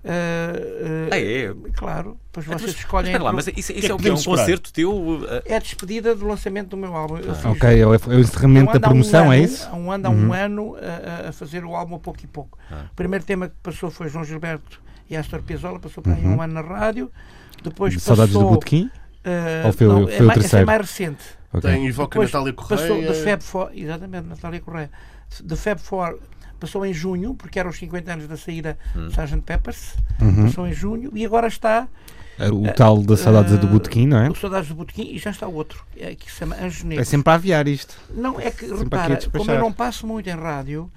[SPEAKER 4] eh, eh,
[SPEAKER 1] Ah, é?
[SPEAKER 4] Claro, depois
[SPEAKER 1] Mas-
[SPEAKER 4] vocês
[SPEAKER 1] mas
[SPEAKER 4] escolhem.
[SPEAKER 1] Espera lá,
[SPEAKER 4] entre
[SPEAKER 1] mas
[SPEAKER 4] o-
[SPEAKER 1] isso,
[SPEAKER 2] que
[SPEAKER 1] isso
[SPEAKER 2] é
[SPEAKER 1] é o
[SPEAKER 2] que
[SPEAKER 1] que? É um
[SPEAKER 2] podemos esperar?
[SPEAKER 1] concerto teu? ah,
[SPEAKER 4] É a despedida do lançamento do meu álbum. Eu fiz-
[SPEAKER 3] Ok, é o, é o
[SPEAKER 4] eu
[SPEAKER 3] encerramento
[SPEAKER 4] ando
[SPEAKER 3] da
[SPEAKER 4] há um
[SPEAKER 3] promoção, é
[SPEAKER 4] ano-
[SPEAKER 3] isso?
[SPEAKER 4] Há um ano, há um ano a- a, a fazer o álbum a pouco e pouco.
[SPEAKER 1] Ah.
[SPEAKER 4] O primeiro tema que passou foi João Gilberto e Astor Piazzolla, passou para aí um ano na rádio. Depois
[SPEAKER 3] Uhum. Saudades do
[SPEAKER 4] passou.
[SPEAKER 3] Botequim?
[SPEAKER 4] eh,
[SPEAKER 3] Ou foi o-
[SPEAKER 4] não,
[SPEAKER 3] foi
[SPEAKER 4] é
[SPEAKER 3] o
[SPEAKER 4] mais- Esse é
[SPEAKER 3] terceiro?
[SPEAKER 4] mais recente.
[SPEAKER 3] Ok.
[SPEAKER 2] Tem Evoca
[SPEAKER 4] Depois
[SPEAKER 2] Natália Correia.
[SPEAKER 4] Passou de Feb Four, exatamente, Natália Correia. De Feb Four passou em junho, porque eram os 50 anos da saída do Sgt. Peppers,
[SPEAKER 3] Uhum.
[SPEAKER 4] passou em junho, e agora está
[SPEAKER 3] É O tal da saudades do Botequim, não é?
[SPEAKER 4] Ah, o Saudades do Botequim e já está outro, é, que se chama Anjo Negro.
[SPEAKER 3] É sempre a aviar isto.
[SPEAKER 4] Não, é que,
[SPEAKER 3] aqui a
[SPEAKER 4] repara, como eu
[SPEAKER 3] despachar. Uhum.
[SPEAKER 4] não passo muito em rádio,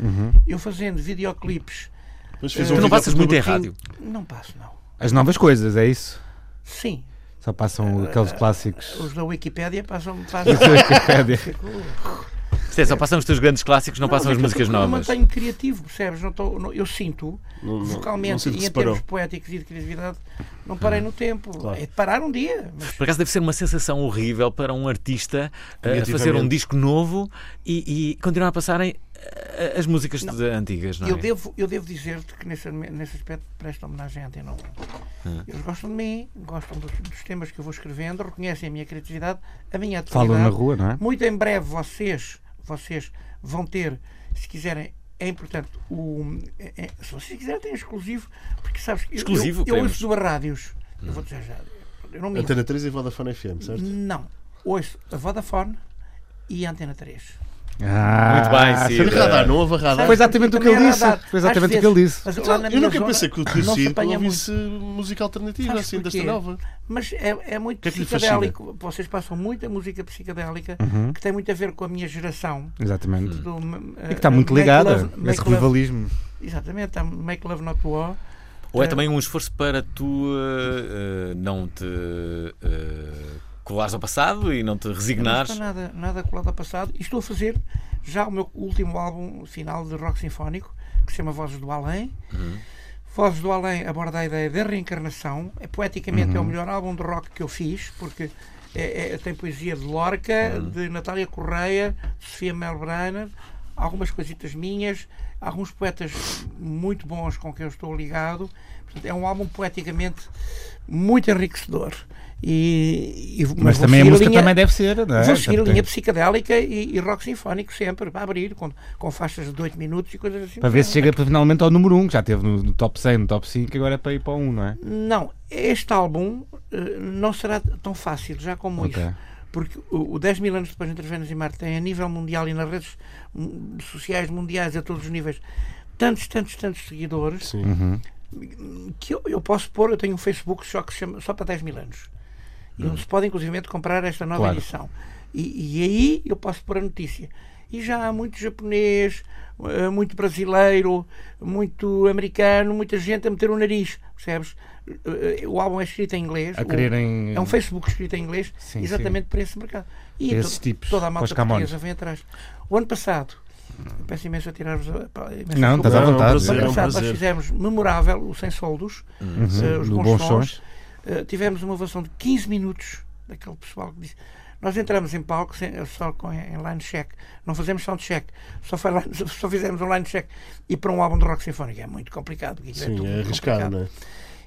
[SPEAKER 4] eu fazendo videoclipes,
[SPEAKER 2] Depois fiz um
[SPEAKER 1] Tu não
[SPEAKER 2] vídeo
[SPEAKER 1] passas
[SPEAKER 2] para
[SPEAKER 1] muito em
[SPEAKER 2] Botequim.
[SPEAKER 1] rádio.
[SPEAKER 4] não passo, não.
[SPEAKER 3] As novas coisas, é isso?
[SPEAKER 4] Sim,
[SPEAKER 3] Só
[SPEAKER 4] Ah,
[SPEAKER 3] passam aqueles clássicos.
[SPEAKER 4] os da Wikipédia passam... passam
[SPEAKER 3] Wikipédia.
[SPEAKER 4] Fico-
[SPEAKER 1] Isto é, só passam os teus grandes clássicos, não, passam
[SPEAKER 4] mas
[SPEAKER 1] as
[SPEAKER 4] é que
[SPEAKER 1] músicas
[SPEAKER 4] eu
[SPEAKER 1] novas.
[SPEAKER 4] mantenho criativo, percebes? Não tô- não- eu sinto,
[SPEAKER 2] não- não
[SPEAKER 4] vocalmente
[SPEAKER 2] sinto que
[SPEAKER 4] e
[SPEAKER 2] se
[SPEAKER 4] em termos
[SPEAKER 2] parou. Ah,
[SPEAKER 4] poéticos e de criatividade, não parei no tempo.
[SPEAKER 2] Claro.
[SPEAKER 4] É de parar um dia. Mas
[SPEAKER 1] Por acaso deve ser uma sensação horrível para um artista ah, fazer um
[SPEAKER 2] Criativamente.
[SPEAKER 1] disco novo e, e continuar a passarem ah, as músicas de- antigas, não é?
[SPEAKER 4] eu devo, eu devo dizer-te que nesse, nesse aspecto presto homenagem à Antena 1.
[SPEAKER 3] Ah.
[SPEAKER 4] Eles gostam de mim, gostam dos, dos temas que eu vou escrevendo, reconhecem a minha criatividade, a minha atividade.
[SPEAKER 3] Falam na rua, não é?
[SPEAKER 4] Muito em breve vocês, vocês vão ter, se quiserem, é importante, o, é- é- se vocês quiserem, tem exclusivo, porque sabes que eu-
[SPEAKER 1] Exclusivo,
[SPEAKER 4] eu, eu
[SPEAKER 1] queremos.
[SPEAKER 4] ouço duas rádios.
[SPEAKER 3] Hum.
[SPEAKER 4] Eu vou dizer já. Eu não me
[SPEAKER 2] Antena 3 e Vodafone FM, certo?
[SPEAKER 4] Não. Ouço a Vodafone e a Antena 3.
[SPEAKER 1] Muito bem,
[SPEAKER 3] Ah,
[SPEAKER 1] sim.
[SPEAKER 2] Foi radar, não houve radar.
[SPEAKER 3] Foi exatamente o que
[SPEAKER 4] Também
[SPEAKER 3] ele
[SPEAKER 4] é
[SPEAKER 3] disse.
[SPEAKER 4] radar.
[SPEAKER 3] Foi exatamente
[SPEAKER 4] Às
[SPEAKER 3] o que ele
[SPEAKER 4] vezes,
[SPEAKER 3] disse.
[SPEAKER 4] mas lá na
[SPEAKER 2] Eu
[SPEAKER 4] minha
[SPEAKER 2] nunca
[SPEAKER 4] zona
[SPEAKER 2] pensei que o
[SPEAKER 4] não
[SPEAKER 2] teu
[SPEAKER 4] se
[SPEAKER 2] Cid
[SPEAKER 4] apanha muito.
[SPEAKER 2] ouvisse música alternativa,
[SPEAKER 4] Sabes
[SPEAKER 2] assim, desta
[SPEAKER 4] porquê?
[SPEAKER 2] nova.
[SPEAKER 4] Mas é, é muito
[SPEAKER 2] que é que lhe
[SPEAKER 4] psicadélico. Vocês passam muita música psicadélica que tem muito a ver com a minha geração.
[SPEAKER 6] Hum.
[SPEAKER 3] Exatamente.
[SPEAKER 4] Do,
[SPEAKER 3] Uhum.
[SPEAKER 4] eh,
[SPEAKER 3] E que está muito ligada a esse revivalismo.
[SPEAKER 4] Exatamente, está Make Love Not War.
[SPEAKER 1] Ou é também um esforço para tu ah, ah, não te ah, colares ao passado e não te
[SPEAKER 4] Não
[SPEAKER 1] resignares.
[SPEAKER 4] está nada, nada colado ao passado. E estou a fazer já o meu último álbum final de rock sinfónico, que se chama Vozes do Além. Vozes do Além aborda a ideia da reencarnação. É, poeticamente é o melhor álbum de rock que eu fiz, porque é- é- tem poesia de Lorca, de Natália Correia, de Sofia Melbrenner, algumas coisitas minhas, alguns poetas muito bons com quem eu estou ligado. Portanto, é um álbum poeticamente muito enriquecedor. E, e-
[SPEAKER 3] Mas
[SPEAKER 4] vou
[SPEAKER 3] também a
[SPEAKER 4] seguir
[SPEAKER 3] música
[SPEAKER 4] linha-
[SPEAKER 3] também deve ser, não é?
[SPEAKER 4] Vou seguir a
[SPEAKER 3] Tem-
[SPEAKER 4] linha psicadélica e, e rock sinfónico sempre, para abrir, com, com faixas de 8 minutos e coisas assim.
[SPEAKER 3] Para ver se chega finalmente ao número 1, que já teve no, no top 100, no top 5, agora é para ir para o 1, não é?
[SPEAKER 4] Não, este álbum eh, não será tão fácil, já como
[SPEAKER 3] Ok.
[SPEAKER 4] isso. Porque o, o 10 mil anos depois entre Vênus e Marte tem a nível mundial e nas redes hum, sociais mundiais a todos os níveis tantos, tantos, tantos seguidores
[SPEAKER 2] Sim.
[SPEAKER 3] Uhum.
[SPEAKER 4] que eu, eu posso pôr, eu tenho um Facebook só que se chama só para 10 mil anos. E onde se pode, inclusive, comprar esta nova
[SPEAKER 3] Hum. Claro.
[SPEAKER 4] edição. E, e aí eu posso pôr a notícia. E já há muito japonês, eh, muito brasileiro, muito americano, muita gente a meter o nariz, percebes? Eh, eh, O álbum é escrito em inglês.
[SPEAKER 3] A
[SPEAKER 4] o-
[SPEAKER 3] quererem.
[SPEAKER 4] é um Facebook escrito em inglês,
[SPEAKER 3] Sim,
[SPEAKER 4] exatamente para esse mercado. E
[SPEAKER 3] Para esses
[SPEAKER 4] to-
[SPEAKER 3] tipos,
[SPEAKER 4] toda a
[SPEAKER 3] para os
[SPEAKER 4] malta
[SPEAKER 3] Camões.
[SPEAKER 4] portuguesa vem atrás. O ano passado, eu peço imenso a tirar-vos a. pá, imensa
[SPEAKER 3] Não,
[SPEAKER 4] desculpa.
[SPEAKER 3] estás à
[SPEAKER 2] Não, é um
[SPEAKER 3] vontade.
[SPEAKER 4] O
[SPEAKER 2] prazer,
[SPEAKER 4] ano
[SPEAKER 2] é um
[SPEAKER 4] passado nós
[SPEAKER 2] prazer.
[SPEAKER 4] fizemos memorável o Sem Soldos, eh, os
[SPEAKER 3] do
[SPEAKER 4] bons,
[SPEAKER 3] Bons
[SPEAKER 4] sons.
[SPEAKER 3] Sons.
[SPEAKER 4] Eh, tivemos uma ovação de 15 minutos daquele pessoal que disse. Nós entramos em palco sem- eh, só com, em line check, não fazemos sound check, só, foi line- só fizemos um line check. E para um álbum de rock sinfónico é muito complicado. porque aquilo
[SPEAKER 2] Sim,
[SPEAKER 4] tudo
[SPEAKER 2] é
[SPEAKER 4] muito
[SPEAKER 2] arriscado,
[SPEAKER 4] complicado
[SPEAKER 2] não é?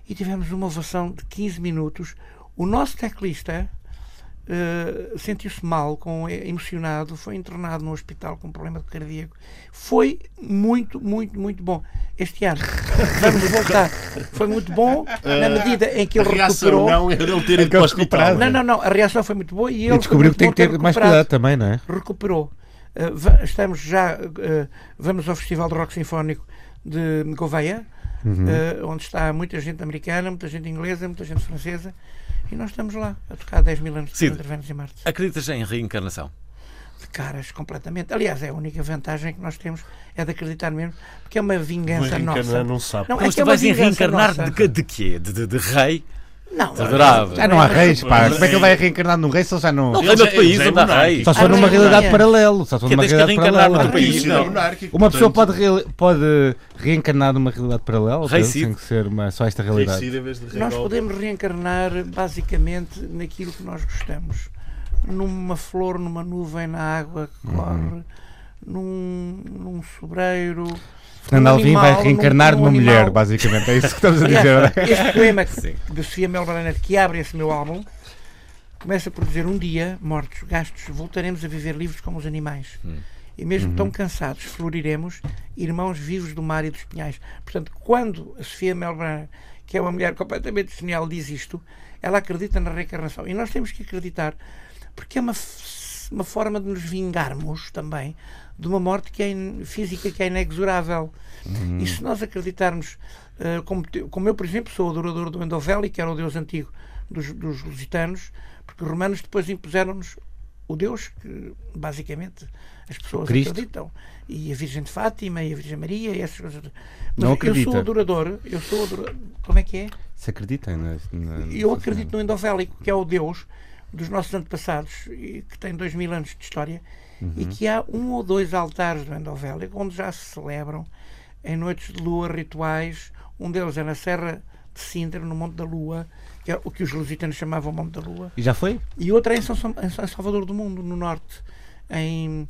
[SPEAKER 4] e tivemos uma ovação de 15 minutos. O nosso teclista eh, sentiu-se mal, com, eh, emocionado, foi internado no hospital com um problema cardíaco. Foi muito, muito, muito bom este ano. Vamos voltar. Foi muito bom na medida em que
[SPEAKER 2] Eh, A
[SPEAKER 4] ele
[SPEAKER 2] reação
[SPEAKER 4] recuperou.
[SPEAKER 2] não é dele ter ido
[SPEAKER 3] É que
[SPEAKER 2] para
[SPEAKER 3] ele
[SPEAKER 2] o hospital.
[SPEAKER 3] recuperava.
[SPEAKER 4] não, não, não, a reação foi muito boa e ele
[SPEAKER 3] E descobriu que
[SPEAKER 4] foi
[SPEAKER 3] tem que
[SPEAKER 4] muito bom
[SPEAKER 3] ter mais
[SPEAKER 4] recuperado
[SPEAKER 3] cuidado também, não é?
[SPEAKER 4] recuperou. Eh, va- estamos já, eh, vamos ao Festival de Rock Sinfónico de Gouveia,
[SPEAKER 6] Uhum.
[SPEAKER 4] eh, onde está muita gente americana, muita gente inglesa, muita gente francesa, e nós estamos lá a tocar 10 mil anos de
[SPEAKER 6] Cid.
[SPEAKER 4] entre Vênus e Marte.
[SPEAKER 6] Acreditas em reencarnação?
[SPEAKER 4] De caras completamente. Aliás, é a única vantagem que nós temos, é de acreditar mesmo, porque é uma vingança nossa.
[SPEAKER 2] Reencarnar não sabe.
[SPEAKER 4] Não, é
[SPEAKER 6] Mas
[SPEAKER 4] que é
[SPEAKER 6] tu
[SPEAKER 4] uma
[SPEAKER 6] vais em
[SPEAKER 4] vingança
[SPEAKER 6] reencarnar
[SPEAKER 4] nossa.
[SPEAKER 6] de, que- de quê? De, de- de rei?
[SPEAKER 4] Não,
[SPEAKER 6] Adorava.
[SPEAKER 3] Já Ah, não há reis, pá.
[SPEAKER 2] Mas-
[SPEAKER 3] Como é que ele vai reencarnar num rei se ele já não.
[SPEAKER 6] Não,
[SPEAKER 2] Ele
[SPEAKER 6] rei do
[SPEAKER 2] já-
[SPEAKER 6] outro país,
[SPEAKER 2] ele já é
[SPEAKER 6] onde há
[SPEAKER 2] monárquico.
[SPEAKER 6] rei.
[SPEAKER 3] Só se for
[SPEAKER 4] Ah, não
[SPEAKER 3] numa
[SPEAKER 4] é
[SPEAKER 3] realidade
[SPEAKER 4] monarquia.
[SPEAKER 3] paralela. Só se for
[SPEAKER 6] Que
[SPEAKER 3] numa
[SPEAKER 6] tens que
[SPEAKER 3] realidade
[SPEAKER 6] reencarnar no
[SPEAKER 3] paralela.
[SPEAKER 6] teu país,
[SPEAKER 2] Isso
[SPEAKER 6] não.
[SPEAKER 2] é monárquico,
[SPEAKER 3] Uma pessoa
[SPEAKER 2] portanto,
[SPEAKER 3] pode, re- pode reencarnar numa realidade paralela,
[SPEAKER 6] Rei
[SPEAKER 3] penso,
[SPEAKER 6] Cid.
[SPEAKER 3] tem que ser uma, só esta
[SPEAKER 2] tem
[SPEAKER 3] realidade.
[SPEAKER 2] sido em vez de
[SPEAKER 4] Nós
[SPEAKER 2] regal.
[SPEAKER 4] podemos reencarnar basicamente naquilo que nós gostamos. Numa flor, numa nuvem, na água que corre, num, num sobreiro.
[SPEAKER 3] Fernando
[SPEAKER 4] num
[SPEAKER 3] Alvim
[SPEAKER 4] Um animal,
[SPEAKER 3] vai reencarnar
[SPEAKER 4] num-
[SPEAKER 3] numa
[SPEAKER 4] num
[SPEAKER 3] mulher,
[SPEAKER 4] animal.
[SPEAKER 3] basicamente. É isso que estamos a
[SPEAKER 4] Aliás,
[SPEAKER 3] dizer.
[SPEAKER 4] este poema que- de Sofia Mel Branagh, que abre esse meu álbum, começa por dizer: Um dia, mortos, gastos, voltaremos a viver livres como os animais. E mesmo tão cansados, floriremos, irmãos vivos do mar e dos pinhais. Portanto, quando a Sofia Mel Branagh, que é uma mulher completamente genial, diz isto, ela acredita na reencarnação. E nós temos que acreditar, porque é uma, f- uma forma de nos vingarmos também de uma morte que é in- física que é inexorável. E se nós acreditarmos, eh, como, te- como eu, por exemplo, sou adorador do Endoveli, que era o deus antigo dos, dos lusitanos, porque os romanos depois impuseram-nos o Deus que basicamente as pessoas
[SPEAKER 3] Cristo.
[SPEAKER 4] acreditam e a Virgem de Fátima e a Virgem Maria e essas coisas todas. mas
[SPEAKER 3] Não
[SPEAKER 4] eu sou
[SPEAKER 3] acredita.
[SPEAKER 4] adorador eu sou adorador, como é que é?
[SPEAKER 3] Se acreditem. na- na-
[SPEAKER 4] eu acredito no endovélico, que é o Deus dos nossos antepassados, e que tem dois mil anos de história,
[SPEAKER 3] Uhum.
[SPEAKER 4] e que há um ou dois altares do endovélico onde já se celebram em noites de lua rituais. Um deles é na Serra de Sintra, no Monte da Lua, que é o que os lusitanos chamavam Monte da Lua,
[SPEAKER 3] E já foi?
[SPEAKER 4] e outra é em São, São- em São Salvador do Mundo, no norte, em.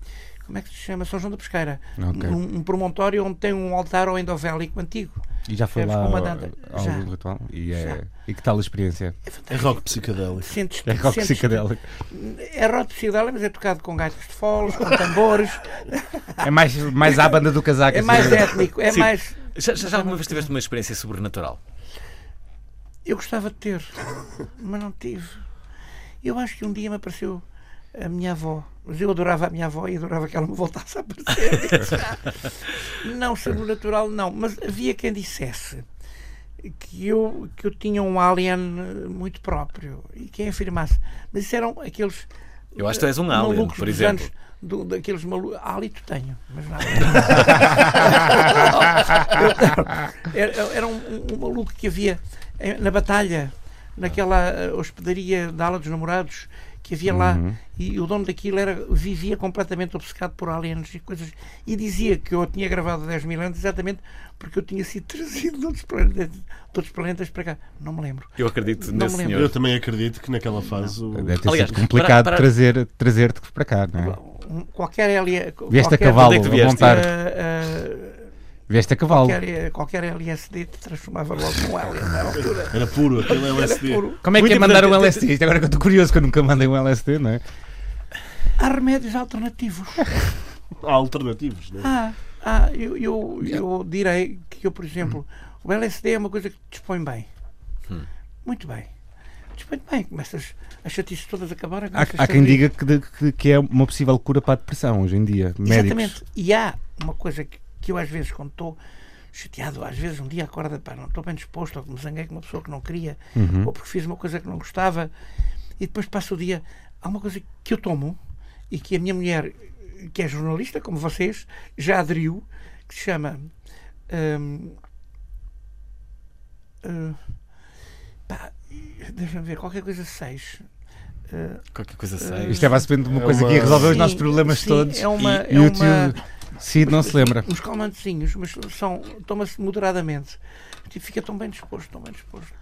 [SPEAKER 4] Como é que se chama? São João da Pesqueira.
[SPEAKER 3] Ok.
[SPEAKER 4] Um, um promontório onde tem um altar ao endovélico antigo.
[SPEAKER 3] E já foi
[SPEAKER 4] Fomos
[SPEAKER 3] lá
[SPEAKER 4] É com uma
[SPEAKER 3] ao,
[SPEAKER 4] data.
[SPEAKER 3] ao
[SPEAKER 4] Já.
[SPEAKER 3] ritual? E, é-
[SPEAKER 4] Já.
[SPEAKER 3] e que tal a experiência?
[SPEAKER 2] É rock psicadélico.
[SPEAKER 4] Sentes,
[SPEAKER 3] É rock
[SPEAKER 4] sentes-
[SPEAKER 3] psicadélico.
[SPEAKER 4] É rock psicodélico, mas é tocado com gaitas de foles, com tambores.
[SPEAKER 3] É mais, mais à banda do casaco.
[SPEAKER 4] É
[SPEAKER 3] assim.
[SPEAKER 4] mais étnico, é
[SPEAKER 6] Sim.
[SPEAKER 4] mais.
[SPEAKER 6] Já, já, já alguma vez tiveste uma experiência sobrenatural?
[SPEAKER 4] Eu gostava de ter, mas não tive. Eu acho que um dia me apareceu a minha avó. Mas eu adorava a minha avó e adorava que ela me voltasse a aparecer. não, sobrenatural não. Mas havia quem dissesse que eu, que eu tinha um alien eh, muito próprio. E quem afirmasse. Mas isso eram aqueles
[SPEAKER 6] Eu acho que tu és um alien,
[SPEAKER 4] malucos
[SPEAKER 6] por
[SPEAKER 4] dos
[SPEAKER 6] exemplo.
[SPEAKER 4] anos. Do, daqueles malucos. Hálito tenho, mas nada. era, era um, um maluco que havia eh, na batalha, naquela eh, hospedaria da ala dos namorados que havia lá
[SPEAKER 3] Uhum.
[SPEAKER 4] e o dono daquilo era, vivia completamente obcecado por aliens e coisas e dizia que eu tinha gravado 10 mil anos exatamente porque eu tinha sido trazido de outros planetas, de outros planetas para cá não me lembro
[SPEAKER 6] Eu acredito
[SPEAKER 4] Não
[SPEAKER 6] nesse
[SPEAKER 4] me lembro.
[SPEAKER 6] senhor.
[SPEAKER 2] Eu também acredito que naquela fase o-
[SPEAKER 3] Deve ter
[SPEAKER 6] Aliás,
[SPEAKER 3] sido complicado
[SPEAKER 6] para- para-
[SPEAKER 3] trazer- trazer-te para cá, não é?
[SPEAKER 4] Um- qualquer alien
[SPEAKER 3] Vieste a
[SPEAKER 4] qualquer-
[SPEAKER 3] cavalo,
[SPEAKER 6] Onde é que tu
[SPEAKER 3] a
[SPEAKER 6] vieste?
[SPEAKER 3] montar.
[SPEAKER 4] eh, eh,
[SPEAKER 3] Vieste a cavalo.
[SPEAKER 4] qualquer, eh, qualquer LSD te transformava logo num é? alien na
[SPEAKER 3] Ah.
[SPEAKER 4] altura.
[SPEAKER 2] era puro, um aquele
[SPEAKER 4] Era
[SPEAKER 2] LSD.
[SPEAKER 4] puro.
[SPEAKER 3] Como é que
[SPEAKER 6] Muito
[SPEAKER 3] é mandar um
[SPEAKER 6] importante.
[SPEAKER 3] LSD? Isto agora que eu estou curioso, que eu nunca mandei um LSD, não é?
[SPEAKER 4] Há remédios alternativos.
[SPEAKER 2] Há alternativos, não é?
[SPEAKER 4] Ah, ah, eu, eu, eu direi
[SPEAKER 3] Hum.
[SPEAKER 4] que eu, por exemplo, o LSD é uma coisa que te dispõe bem. Muito bem. Diz, bem, bem, começas as chatices todas a acabar.
[SPEAKER 3] Há, há quem diga que, de- que- que é uma possível cura para a depressão hoje em dia. Médicos.
[SPEAKER 4] Exatamente. E há uma coisa que, que eu às vezes, quando estou chateado, às vezes um dia acorda, pá, não estou bem disposto, ou que me zanguei com uma pessoa que não queria,
[SPEAKER 3] Uhum.
[SPEAKER 4] ou porque fiz uma coisa que não gostava, e depois passa o dia. Há uma coisa que eu tomo e que a minha mulher, que é jornalista, como vocês, já aderiu, que se chama. hum, hum, pá, Deixa-me ver, qualquer coisa 6.
[SPEAKER 1] Qualquer coisa sei.
[SPEAKER 3] Isto é basicamente uma
[SPEAKER 2] É
[SPEAKER 3] coisa que
[SPEAKER 2] uma-
[SPEAKER 3] ia resolver os
[SPEAKER 4] Sim,
[SPEAKER 3] nossos problemas
[SPEAKER 4] sim,
[SPEAKER 3] todos.
[SPEAKER 4] é uma-
[SPEAKER 3] e
[SPEAKER 4] é
[SPEAKER 3] o
[SPEAKER 4] uma-
[SPEAKER 3] tio Cid não se lembra.
[SPEAKER 4] Uns calmantezinhos, mas são, toma-se moderadamente. Tipo, fica tão bem disposto, tão bem disposto.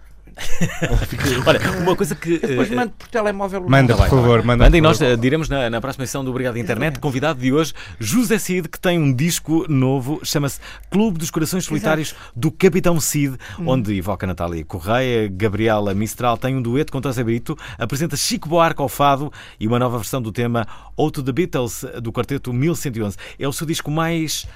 [SPEAKER 1] Olha, uma coisa que.
[SPEAKER 4] Eu depois
[SPEAKER 1] eh,
[SPEAKER 4] mando por telemóvel o
[SPEAKER 3] Manda,
[SPEAKER 4] nome.
[SPEAKER 3] por favor, manda.
[SPEAKER 1] Manda e
[SPEAKER 3] por
[SPEAKER 1] nós
[SPEAKER 3] favor.
[SPEAKER 1] eh, diremos na, na próxima edição do Obrigado Internet, convidado de hoje, José Cid, que tem um disco novo, chama-se Clube dos Corações Solitários do Capitão Cid, onde evoca Natália Correia, Gabriela Mistral, tem um dueto com José Brito, apresenta Chico Buarque ao Fado e uma nova versão do tema Out to the Beatles, do quarteto 1111. É o seu disco mais...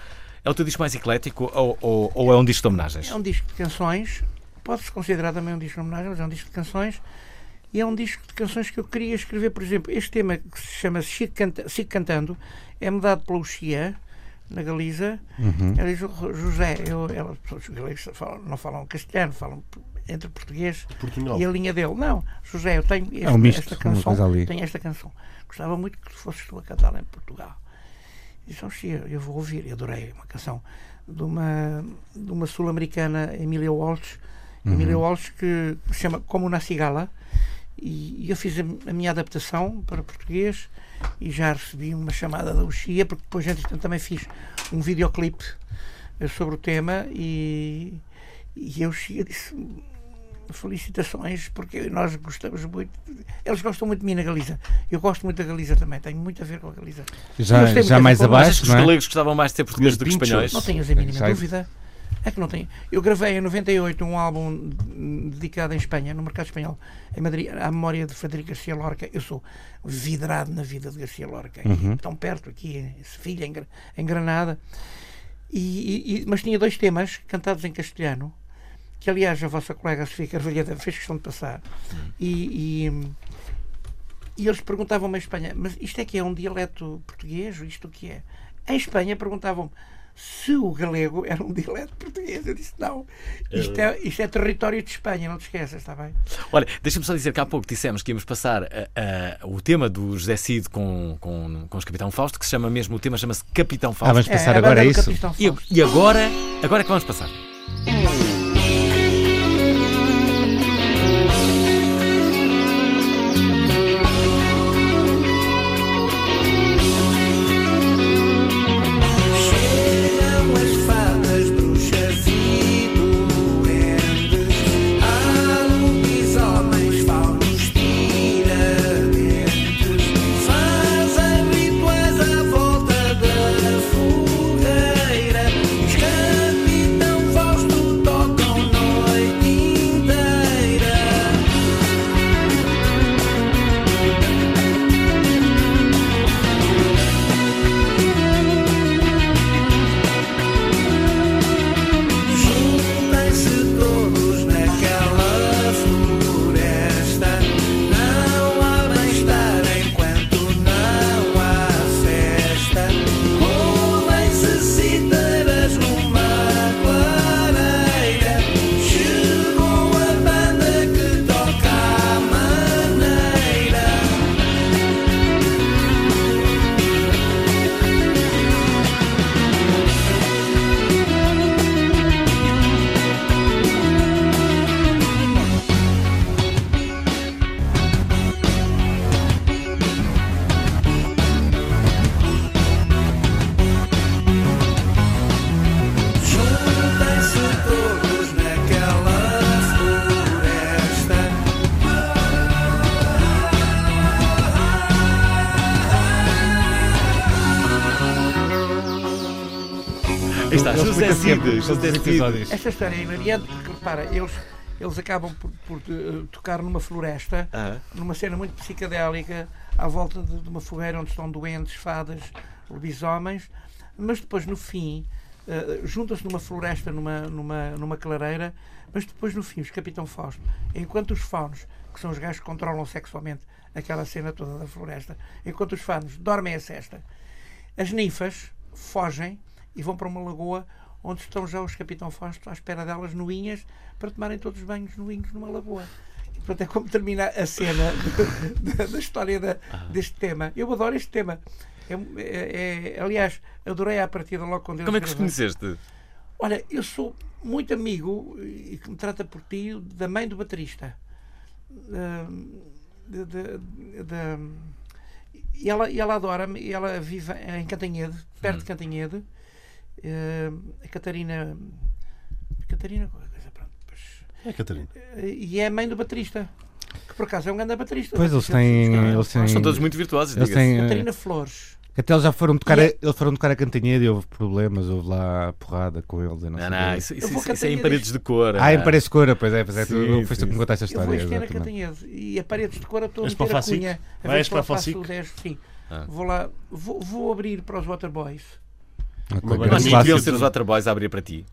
[SPEAKER 1] É o teu disco mais eclético ou, ou- ou é um disco de homenagens?
[SPEAKER 4] É um disco de canções, pode-se considerar também um disco de homenagem, mas é um disco de canções. E é um disco de canções que eu queria escrever, por exemplo, este tema que se chama Chico, Canta- Chico Cantando é mudado pelo Xia, na Galiza.
[SPEAKER 3] Uhum.
[SPEAKER 4] Ela diz, "Oh, José, eu, ela, os galegos falam- não falam castelhano, falam entre português
[SPEAKER 2] Portunhol.
[SPEAKER 4] e a linha dele. Não, José, eu tenho este-
[SPEAKER 3] um misto,
[SPEAKER 4] esta
[SPEAKER 3] uma
[SPEAKER 4] canção.
[SPEAKER 3] coisa ali.
[SPEAKER 4] Tenho esta canção. Gostava muito que fosses tu a cantá-la em Portugal. E disse, "Oh, Xia, eu vou ouvir, e adorei uma canção de uma, de uma sul-americana, Emília Walsh,
[SPEAKER 3] Uhum.
[SPEAKER 4] Emília Walsh, que se chama Como na Cigala, e, e eu fiz a, a minha adaptação para português e já recebi uma chamada da Uxia, porque depois, entretanto, também fiz um videoclipe eh, sobre o tema e, e a Uxia disse felicitações, porque nós gostamos muito, de- eles gostam muito de mim na Galiza, eu gosto muito da Galiza também, tenho muito a ver com a Galiza. Mas
[SPEAKER 3] Já,
[SPEAKER 4] tem
[SPEAKER 3] já
[SPEAKER 4] muita
[SPEAKER 3] mais
[SPEAKER 4] coisa.
[SPEAKER 1] Achas que
[SPEAKER 3] abaixo,
[SPEAKER 1] os
[SPEAKER 3] não é?
[SPEAKER 1] galegos gostavam mais de ser portugueses do que espanhóis?
[SPEAKER 4] Não tenhas a mínima
[SPEAKER 3] Sai-
[SPEAKER 4] dúvida. É que não tem. Eu gravei em 98 um álbum hum, dedicado em Espanha, no mercado espanhol, em Madrid, à memória de Frederico Garcia Lorca. Eu sou vidrado na vida de Garcia Lorca, aqui, tão perto aqui, em Sevilha, em, Gra- em Granada. E- e- e- mas tinha dois temas cantados em castelhano, que aliás a vossa colega Sofia Carvalheda fez questão de passar. E, e, hum, e eles perguntavam-me em Espanha, mas isto é que é um dialeto português? Isto o que é? Em Espanha perguntavam-me se o galego era um dialeto português. Eu disse, não, isto é, isto é território de Espanha, não te esqueças, está bem?
[SPEAKER 1] Olha, deixa-me só dizer que há pouco dissemos que íamos passar ah, ah, o tema do José Cid com, com, com os Capitão Fausto, que se chama mesmo, o tema chama-se Capitão
[SPEAKER 3] Ah, vamos
[SPEAKER 1] Fausto.
[SPEAKER 3] passar
[SPEAKER 4] a
[SPEAKER 3] agora
[SPEAKER 4] banda
[SPEAKER 3] é
[SPEAKER 4] do
[SPEAKER 3] isso?
[SPEAKER 4] Capistão
[SPEAKER 1] E,
[SPEAKER 4] Fausto.
[SPEAKER 1] e agora, agora é que vamos passar.
[SPEAKER 7] Chegam as fadas, bruxas e doentes, alunos, homens, faunos, tiradentes, fazem rituais à volta da fogueira. Os capitão Fausto tocam noite inteira. Juntem-se todos naquela floresta. Não há bem-estar enquanto não há festa. Comem-se cítaras numa clareira. Chegou a banda que toca à maneira. Juntem-se todos naquela floresta.
[SPEAKER 1] Aí está,
[SPEAKER 3] Ele
[SPEAKER 1] José
[SPEAKER 3] explica sempre
[SPEAKER 1] Cid,
[SPEAKER 3] todos
[SPEAKER 1] José
[SPEAKER 3] os
[SPEAKER 1] Cid.
[SPEAKER 3] episódios.
[SPEAKER 4] Esta história é hilariante, porque repara, eles, eles acabam por, por, eh, tocar numa floresta,
[SPEAKER 1] Aham.
[SPEAKER 4] numa cena muito psicadélica, à volta de, de uma fogueira onde estão doentes, fadas, lobisomens, mas depois no fim eh, juntam-se numa floresta, numa, numa, numa clareira, mas depois no fim, os Capitão Fausto, enquanto os faunos, que são os gajos que controlam sexualmente aquela cena toda da floresta, enquanto os faunos dormem a cesta, as ninfas fogem e vão para uma lagoa onde estão já os Capitão Fausto à espera delas nuinhas para tomarem todos os banhos nuinhos numa lagoa. E, portanto, é como termina a cena da, da história da- deste tema. Eu adoro este tema. É- é- é- aliás, adorei a partida logo quando eu
[SPEAKER 1] Como é que os
[SPEAKER 4] escrevi.
[SPEAKER 1] conheceste?
[SPEAKER 4] Olha, eu sou muito amigo e que me trata por ti da mãe do baterista. Ah, de- de- da- e ela, e ela adora-me, e ela vive em Cantanhede, perto de
[SPEAKER 1] Uhum.
[SPEAKER 4] Cantanhede. Ah, a Catarina. Catarina, qualquer coisa, pronto. pois.
[SPEAKER 2] É, Catarina.
[SPEAKER 4] E é a mãe do baterista, que por acaso é um grande baterista.
[SPEAKER 3] Pois eles têm. Eles têm
[SPEAKER 1] São todos muito virtuosos,
[SPEAKER 3] eles
[SPEAKER 1] diga-se.
[SPEAKER 3] têm eh,
[SPEAKER 4] Catarina Flores.
[SPEAKER 3] até eles já foram tocar,
[SPEAKER 4] E
[SPEAKER 3] a,
[SPEAKER 4] é-
[SPEAKER 3] eles foram tocar a cantinha e houve problemas, houve lá porrada com eles. e Não,
[SPEAKER 1] Não,
[SPEAKER 3] sei o
[SPEAKER 1] não,
[SPEAKER 3] quê.
[SPEAKER 1] isso,
[SPEAKER 4] Eu
[SPEAKER 1] isso,
[SPEAKER 4] vou
[SPEAKER 1] isso- isso é
[SPEAKER 4] Catarina
[SPEAKER 1] em paredes de cor. eh,
[SPEAKER 3] Ah, em
[SPEAKER 1] não.
[SPEAKER 3] Paredes de Cora, pois é, pois é.
[SPEAKER 1] Sim,
[SPEAKER 3] tu, foste
[SPEAKER 1] sim,
[SPEAKER 3] tu que me contaste essa
[SPEAKER 4] Eu vou
[SPEAKER 3] história.
[SPEAKER 4] este ano a
[SPEAKER 3] exatamente.
[SPEAKER 4] Cantanhede e a parede de cor eu estou a
[SPEAKER 2] És para
[SPEAKER 4] meter
[SPEAKER 2] o
[SPEAKER 4] a
[SPEAKER 2] Facic?
[SPEAKER 4] cunha. A
[SPEAKER 2] Vais
[SPEAKER 4] ver se
[SPEAKER 2] para
[SPEAKER 4] lá
[SPEAKER 2] o
[SPEAKER 4] faço
[SPEAKER 2] Facic?
[SPEAKER 4] o 10, sim.
[SPEAKER 1] Ah.
[SPEAKER 4] Vou lá, vou, vou abrir para os Waterboys.
[SPEAKER 3] Ok,
[SPEAKER 2] Uma
[SPEAKER 3] grande
[SPEAKER 1] Eu acho que
[SPEAKER 2] Clássico.
[SPEAKER 1] deviam ser os Waterboys a abrir para ti.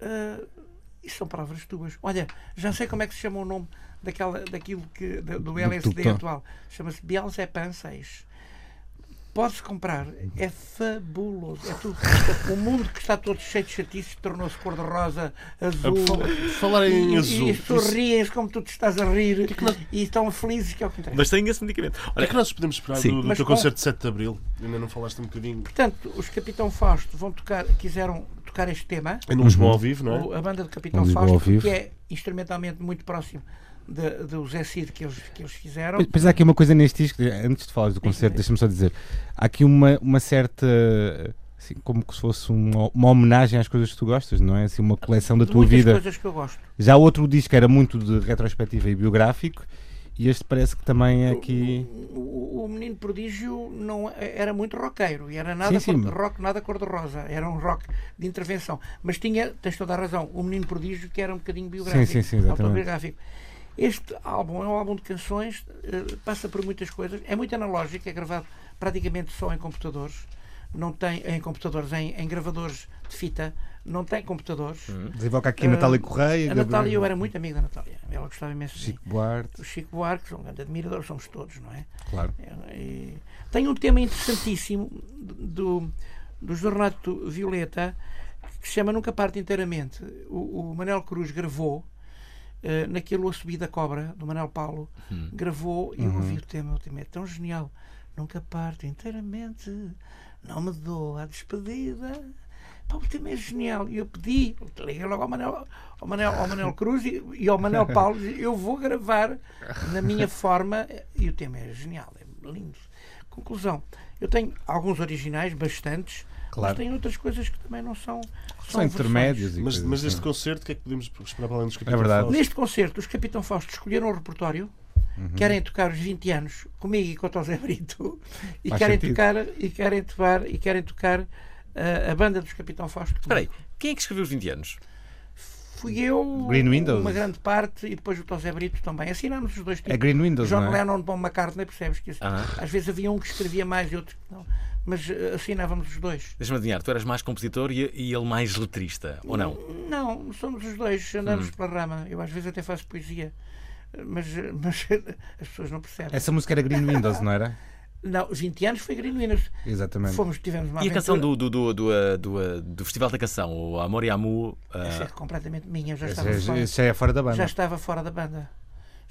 [SPEAKER 4] Ah, isso são palavras tuas. Olha, já sei como é que se chama o nome daquela, daquilo que, da- do LSD
[SPEAKER 3] tutã.
[SPEAKER 4] atual. Chama-se Bielzepan 6. Pode-se comprar, é fabuloso. É tudo. O mundo que está todo cheio de chatices tornou-se cor-de-rosa,
[SPEAKER 2] Ah,
[SPEAKER 4] azul.
[SPEAKER 2] Falar em
[SPEAKER 4] e,
[SPEAKER 2] azul.
[SPEAKER 4] E as pessoas
[SPEAKER 2] isso- é
[SPEAKER 4] riem como tu te estás a rir e estão felizes que é o que interessa.
[SPEAKER 1] Mas têm esse medicamento.
[SPEAKER 2] O que é
[SPEAKER 1] Olha,
[SPEAKER 2] que nós podemos esperar
[SPEAKER 1] Sim.
[SPEAKER 2] do, do
[SPEAKER 4] Mas
[SPEAKER 2] teu
[SPEAKER 4] qual-
[SPEAKER 2] concerto de 7 de Abril? Ainda não falaste um bocadinho.
[SPEAKER 4] Portanto, os Capitão Fausto vão tocar, quiseram tocar este tema,
[SPEAKER 2] É no Lisboa ao vivo, não é?
[SPEAKER 4] ou uh, a banda do Capitão
[SPEAKER 3] Ao vivo, ao
[SPEAKER 4] Fausto,
[SPEAKER 3] vivo.
[SPEAKER 4] que é instrumentalmente muito próximo de- do Zé Cid que eles, que eles fizeram.
[SPEAKER 3] Pois- Pois há aqui uma coisa neste disco, antes de falares do concerto, deixa-me só dizer. Há aqui uma, uma certa. Assim, como que se fosse uma, uma homenagem às coisas que tu gostas, não é? Assim, uma coleção da
[SPEAKER 4] De
[SPEAKER 3] tua
[SPEAKER 4] muitas
[SPEAKER 3] vida.
[SPEAKER 4] coisas que eu gosto.
[SPEAKER 3] Já o outro disco era muito de retrospectiva e biográfico, e este parece que também é aqui.
[SPEAKER 4] O, o- o Menino Prodígio não é- era muito roqueiro e era nada
[SPEAKER 3] Sim, sim.
[SPEAKER 4] cor- rock, nada cor-de-rosa, era um rock de intervenção. Mas tinha, tens toda a razão, o Menino Prodígio que era um bocadinho biográfico,
[SPEAKER 3] sim, sim, exatamente.
[SPEAKER 4] autobiográfico. Este álbum é um álbum de canções, eh, passa por muitas coisas, é muito analógico, é gravado praticamente só em computadores, não tem em computadores, em, em gravadores de fita, não tem computadores.
[SPEAKER 3] Desemboca aqui
[SPEAKER 4] Ah,
[SPEAKER 3] a Natália Correia,
[SPEAKER 4] A
[SPEAKER 3] Gabriel-
[SPEAKER 4] Natália, eu era muito amigo da Natália, ela gostava imenso de mim.
[SPEAKER 3] Chico Buarque,
[SPEAKER 4] O Chico Buarque, sou um grande admirador, somos todos, não é?
[SPEAKER 3] claro.
[SPEAKER 4] E Tem um tema interessantíssimo do, do Jornato Violeta que se chama Nunca Parte Inteiramente. O, o Manel Cruz gravou eh, naquele O Subir da Cobra do Manel Paulo. Gravou
[SPEAKER 3] Uhum.
[SPEAKER 4] e eu ouvi o tema. O tema é tão genial. Nunca parte inteiramente, não me dou à despedida. Pá, o tema é genial. E eu pedi, liguei logo ao Manel, ao Manel, ao Manel Cruz e, e ao Manel Paulo. disse, Eu vou gravar na minha forma. E o tema é genial, é lindo. Conclusão: eu tenho alguns originais, bastantes,
[SPEAKER 3] Claro.
[SPEAKER 4] mas tenho outras coisas que também não são.
[SPEAKER 3] São intermédios e
[SPEAKER 2] Mas,
[SPEAKER 3] coisas
[SPEAKER 2] mas deste
[SPEAKER 3] assim.
[SPEAKER 2] concerto, o que é que podemos esperar para além dos capítulos?
[SPEAKER 3] verdade.
[SPEAKER 4] Neste concerto, os Capitão Fausto escolheram o repertório,
[SPEAKER 3] Uhum.
[SPEAKER 4] querem tocar os 20 anos comigo e com o José Brito, e
[SPEAKER 3] Faz
[SPEAKER 4] querem,
[SPEAKER 3] sentido.
[SPEAKER 4] tocar, e querem tocar, e querem tocar ah, a banda dos Capitão Fausto. comigo.
[SPEAKER 1] espera aí. Quem é que escreveu os 20 anos?
[SPEAKER 4] Fui eu,
[SPEAKER 3] Green Windows?
[SPEAKER 4] uma grande parte, e depois o José Brito também. Assinámos os dois tipos.
[SPEAKER 3] É Green Windows,
[SPEAKER 4] John
[SPEAKER 3] não é?
[SPEAKER 4] Lennon, Paul McCartney, percebes que isso-
[SPEAKER 1] Ah.
[SPEAKER 4] às vezes havia um que escrevia mais e outro que não, mas ah, assinávamos os dois.
[SPEAKER 1] Deixa-me adivinhar, tu eras mais compositor e, e ele mais letrista, ou não?
[SPEAKER 4] Não, somos os dois, andamos
[SPEAKER 3] Hum.
[SPEAKER 4] pela rama. Eu às vezes até faço poesia, mas, eh, mas as pessoas não percebem.
[SPEAKER 3] Essa música era Green Windows, não era?
[SPEAKER 4] Não, 20 anos foi Green Winners.
[SPEAKER 3] Exatamente.
[SPEAKER 4] Fomos, tivemos uma
[SPEAKER 1] E a
[SPEAKER 4] aventura-
[SPEAKER 1] canção do, do, do, do, eh, do, eh, do Festival da Canção, o Amor e Amu, eh,
[SPEAKER 4] Essa é completamente minha, eu já
[SPEAKER 3] Essa
[SPEAKER 4] estava,
[SPEAKER 3] é-
[SPEAKER 4] fora,
[SPEAKER 3] essa é fora da banda.
[SPEAKER 4] já estava fora da banda.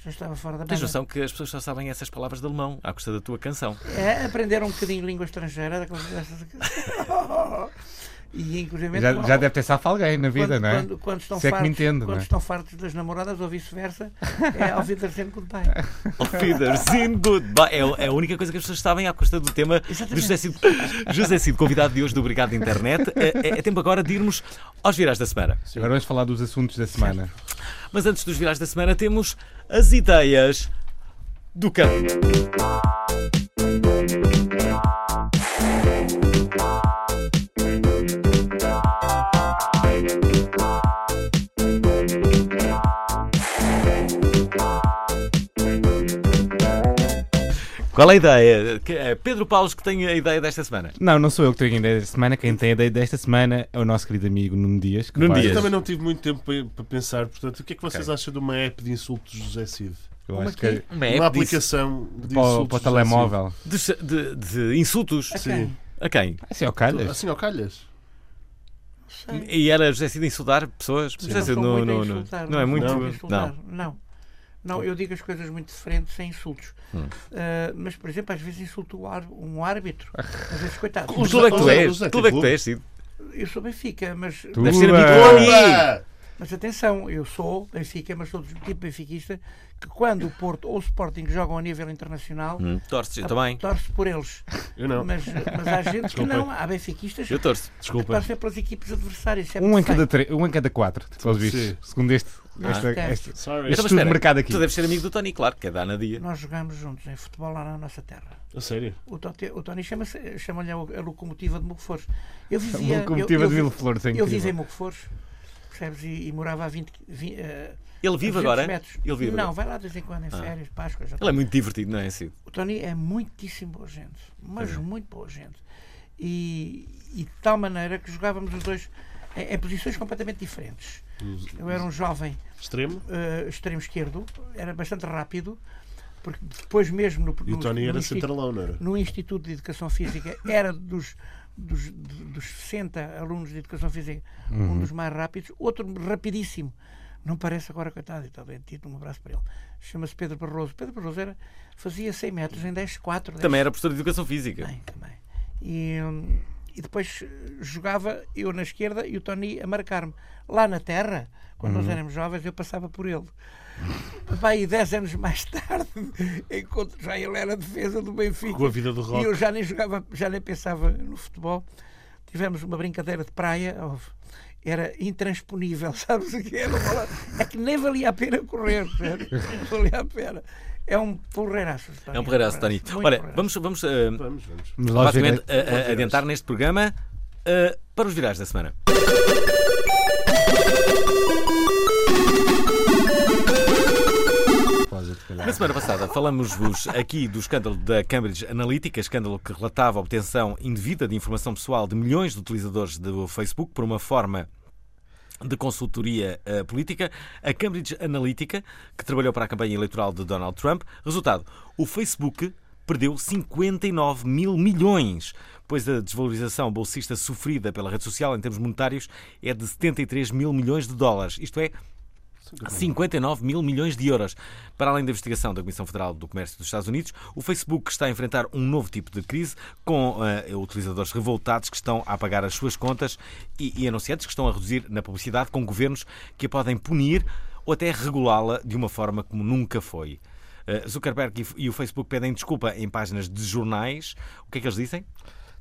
[SPEAKER 4] Já estava fora da banda.
[SPEAKER 1] tens noção que as pessoas só sabem essas palavras de alemão, à custa da tua canção.
[SPEAKER 4] É, aprenderam um bocadinho língua estrangeira. da coisa dessas- e inclusive.
[SPEAKER 3] Já,
[SPEAKER 4] quando-
[SPEAKER 3] já deve ter safado alguém na vida,
[SPEAKER 4] quando,
[SPEAKER 3] não é?
[SPEAKER 4] quando, quando estão
[SPEAKER 3] Se é que me
[SPEAKER 4] fartos,
[SPEAKER 3] entende, não
[SPEAKER 4] quando
[SPEAKER 3] é?
[SPEAKER 4] estão fartos das namoradas ou vice-versa, é ao Wiedersehen goodbye.
[SPEAKER 1] Oh, Wiedersehen, goodbye. É a- É a única coisa que as pessoas sabem à custa do tema do José Cid. José Cid, convidado de hoje do Obrigado Internet. É, é- é tempo agora de irmos aos virais da semana.
[SPEAKER 3] Agora vamos falar dos assuntos da semana.
[SPEAKER 1] Mas antes dos virais da semana, temos as ideias do campo. Qual é a ideia? Que- é Pedro Paulos que tem a ideia desta semana.
[SPEAKER 3] Não, não sou eu que tenho a ideia desta semana. Quem tem a ideia desta semana é o nosso querido amigo Nuno Dias. que
[SPEAKER 1] Nuno
[SPEAKER 3] vai-
[SPEAKER 2] Eu
[SPEAKER 1] Dias.
[SPEAKER 2] também não tive muito tempo para, para pensar, portanto, o que é que vocês acham de uma app de insultos do José Cid?
[SPEAKER 3] Eu acho que é
[SPEAKER 1] Uma
[SPEAKER 2] uma
[SPEAKER 1] app de,
[SPEAKER 2] aplicação de
[SPEAKER 3] para, o-
[SPEAKER 2] insultos.
[SPEAKER 3] para o
[SPEAKER 2] do José
[SPEAKER 3] telemóvel.
[SPEAKER 1] de- de- de insultos.
[SPEAKER 2] Cid. Sim.
[SPEAKER 1] A quem?
[SPEAKER 3] Assim, ao
[SPEAKER 2] Tu-
[SPEAKER 3] calhas.
[SPEAKER 2] Assim ao calhas.
[SPEAKER 1] E era José Cid a insultar pessoas? José
[SPEAKER 4] Não
[SPEAKER 1] Cid,
[SPEAKER 4] sou
[SPEAKER 1] não,
[SPEAKER 4] muito a
[SPEAKER 1] não, não.
[SPEAKER 4] insultar,
[SPEAKER 1] não é muito.
[SPEAKER 4] sou a
[SPEAKER 1] Não.
[SPEAKER 4] insultar, Não. Não, eu digo as coisas muito diferentes sem insultos.
[SPEAKER 1] Hum.
[SPEAKER 4] Ah, mas, por exemplo, às vezes insulto o ar- um árbitro. Às vezes, coitado.
[SPEAKER 1] O clube é que tu
[SPEAKER 2] José-
[SPEAKER 1] és.
[SPEAKER 2] José
[SPEAKER 1] O
[SPEAKER 2] tem
[SPEAKER 1] clube é que tu
[SPEAKER 2] clube?
[SPEAKER 1] és, Cid.
[SPEAKER 4] Eu sou Benfica, mas,
[SPEAKER 3] Tu
[SPEAKER 1] Deves ser amigo
[SPEAKER 3] é-
[SPEAKER 2] Ah!
[SPEAKER 1] do Sim.
[SPEAKER 2] Opa!
[SPEAKER 4] mas atenção, eu sou Benfica, mas sou do tipo benfiquista que quando o Porto ou o Sporting jogam a nível internacional,
[SPEAKER 1] Hum, Torces, eu também.
[SPEAKER 4] torce por eles.
[SPEAKER 2] Eu não.
[SPEAKER 4] Mas, mas há gente que não, há benfiquistas
[SPEAKER 1] Eu
[SPEAKER 4] que
[SPEAKER 1] torço.
[SPEAKER 2] Desculpa.
[SPEAKER 4] torcem pelas equipes adversárias. isso é
[SPEAKER 3] Um
[SPEAKER 4] muito
[SPEAKER 3] em, cada
[SPEAKER 4] feio.
[SPEAKER 3] tre- um em cada quatro, pelos
[SPEAKER 2] Sim.
[SPEAKER 3] vistos. Segundo este. esta-
[SPEAKER 2] Sorry.
[SPEAKER 3] este-
[SPEAKER 4] Ah.
[SPEAKER 3] este
[SPEAKER 1] Então, mas
[SPEAKER 3] estudo de
[SPEAKER 1] espera,
[SPEAKER 3] mercado aqui.
[SPEAKER 1] Tu deves ser amigo do Tony, claro, que é da Ana Dia.
[SPEAKER 4] Nós jogamos juntos em futebol lá na nossa terra.
[SPEAKER 2] A sério.
[SPEAKER 4] O Tony, o Tony chama-se- chama-lhe a, a locomotiva de Mugfores. Eu
[SPEAKER 3] A
[SPEAKER 4] vivia,
[SPEAKER 3] locomotiva
[SPEAKER 4] eu, eu,
[SPEAKER 3] de
[SPEAKER 4] vi-
[SPEAKER 3] Vila Flores. é
[SPEAKER 4] Eu vivo em
[SPEAKER 3] incrível.
[SPEAKER 4] Mugfores, percebes? E, e morava a 20, vi- eh,
[SPEAKER 1] Ele vive
[SPEAKER 4] 200
[SPEAKER 1] agora?
[SPEAKER 4] metros.
[SPEAKER 1] Ele vive
[SPEAKER 4] Não,
[SPEAKER 1] agora. Ah.
[SPEAKER 4] vai lá de vez em quando em férias, Páscoa. já-
[SPEAKER 1] Ele é muito divertido, não é, Cid?
[SPEAKER 4] O Tony é muitíssimo boa gente, mas muito boa gente. E, e de tal maneira que jogávamos os dois em, em posições completamente diferentes. Eu era um jovem
[SPEAKER 2] Extremo.
[SPEAKER 4] eh, extremo esquerdo, era bastante rápido, porque depois mesmo no,
[SPEAKER 2] E o
[SPEAKER 4] no-
[SPEAKER 2] Tony
[SPEAKER 4] no
[SPEAKER 2] era
[SPEAKER 4] instituto-
[SPEAKER 2] centralão, não é era?
[SPEAKER 4] no Instituto de Educação Física era dos, dos, dos 60 alunos de Educação Física um dos mais rápidos, outro rapidíssimo. Não parece agora, coitado, está bem, tido um abraço para ele. Chama-se Pedro Barroso. Pedro Barroso era, fazia 100 metros em 10, 4. 10,
[SPEAKER 1] Também é. era professor de educação física.
[SPEAKER 4] Também, também. E, hum, e depois jogava eu na esquerda e o Tony a marcar-me. Lá na terra, quando nós éramos jovens, eu passava por ele. Vai, 10 anos mais tarde, encontro já ele era defesa do Benfica.
[SPEAKER 2] Com a vida do
[SPEAKER 4] E
[SPEAKER 2] rock.
[SPEAKER 4] eu já nem jogava, já nem pensava no futebol. Tivemos uma brincadeira de praia, houve- era intransponível, sabes o que era? Bola- É que nem valia a pena correr, sério. não valia a pena. É um porreiraço, Tony.
[SPEAKER 1] É um porreiraço, Tony.
[SPEAKER 4] Muito né?
[SPEAKER 1] Olha,
[SPEAKER 4] porreiraço.
[SPEAKER 1] vamos, vamos eh,
[SPEAKER 2] Vamos, vamos.
[SPEAKER 3] Vamos lá ver
[SPEAKER 1] basicamente a- a- adiantar neste programa eh, para os virais da semana. Na semana passada falamos-vos aqui do escândalo da Cambridge Analytica, escândalo que relatava a obtenção indevida de informação pessoal de milhões de utilizadores do Facebook por uma forma de consultoria eh, política, a Cambridge Analytica, que trabalhou para a campanha eleitoral de Donald Trump. Resultado: o Facebook perdeu 59 mil milhões, pois a desvalorização bolsista sofrida pela rede social em termos monetários é de 73 mil milhões de dólares. Isto é, 59 mil milhões de euros. Para além da investigação da Comissão Federal do Comércio dos Estados Unidos, o Facebook está a enfrentar um novo tipo de crise com eh, utilizadores revoltados que estão a pagar as suas contas e, e anunciantes que estão a reduzir na publicidade com governos que a podem punir ou até regulá-la de uma forma como nunca foi. Eh, Zuckerberg e f- e o Facebook pedem desculpa em páginas de jornais. O que é que eles dizem?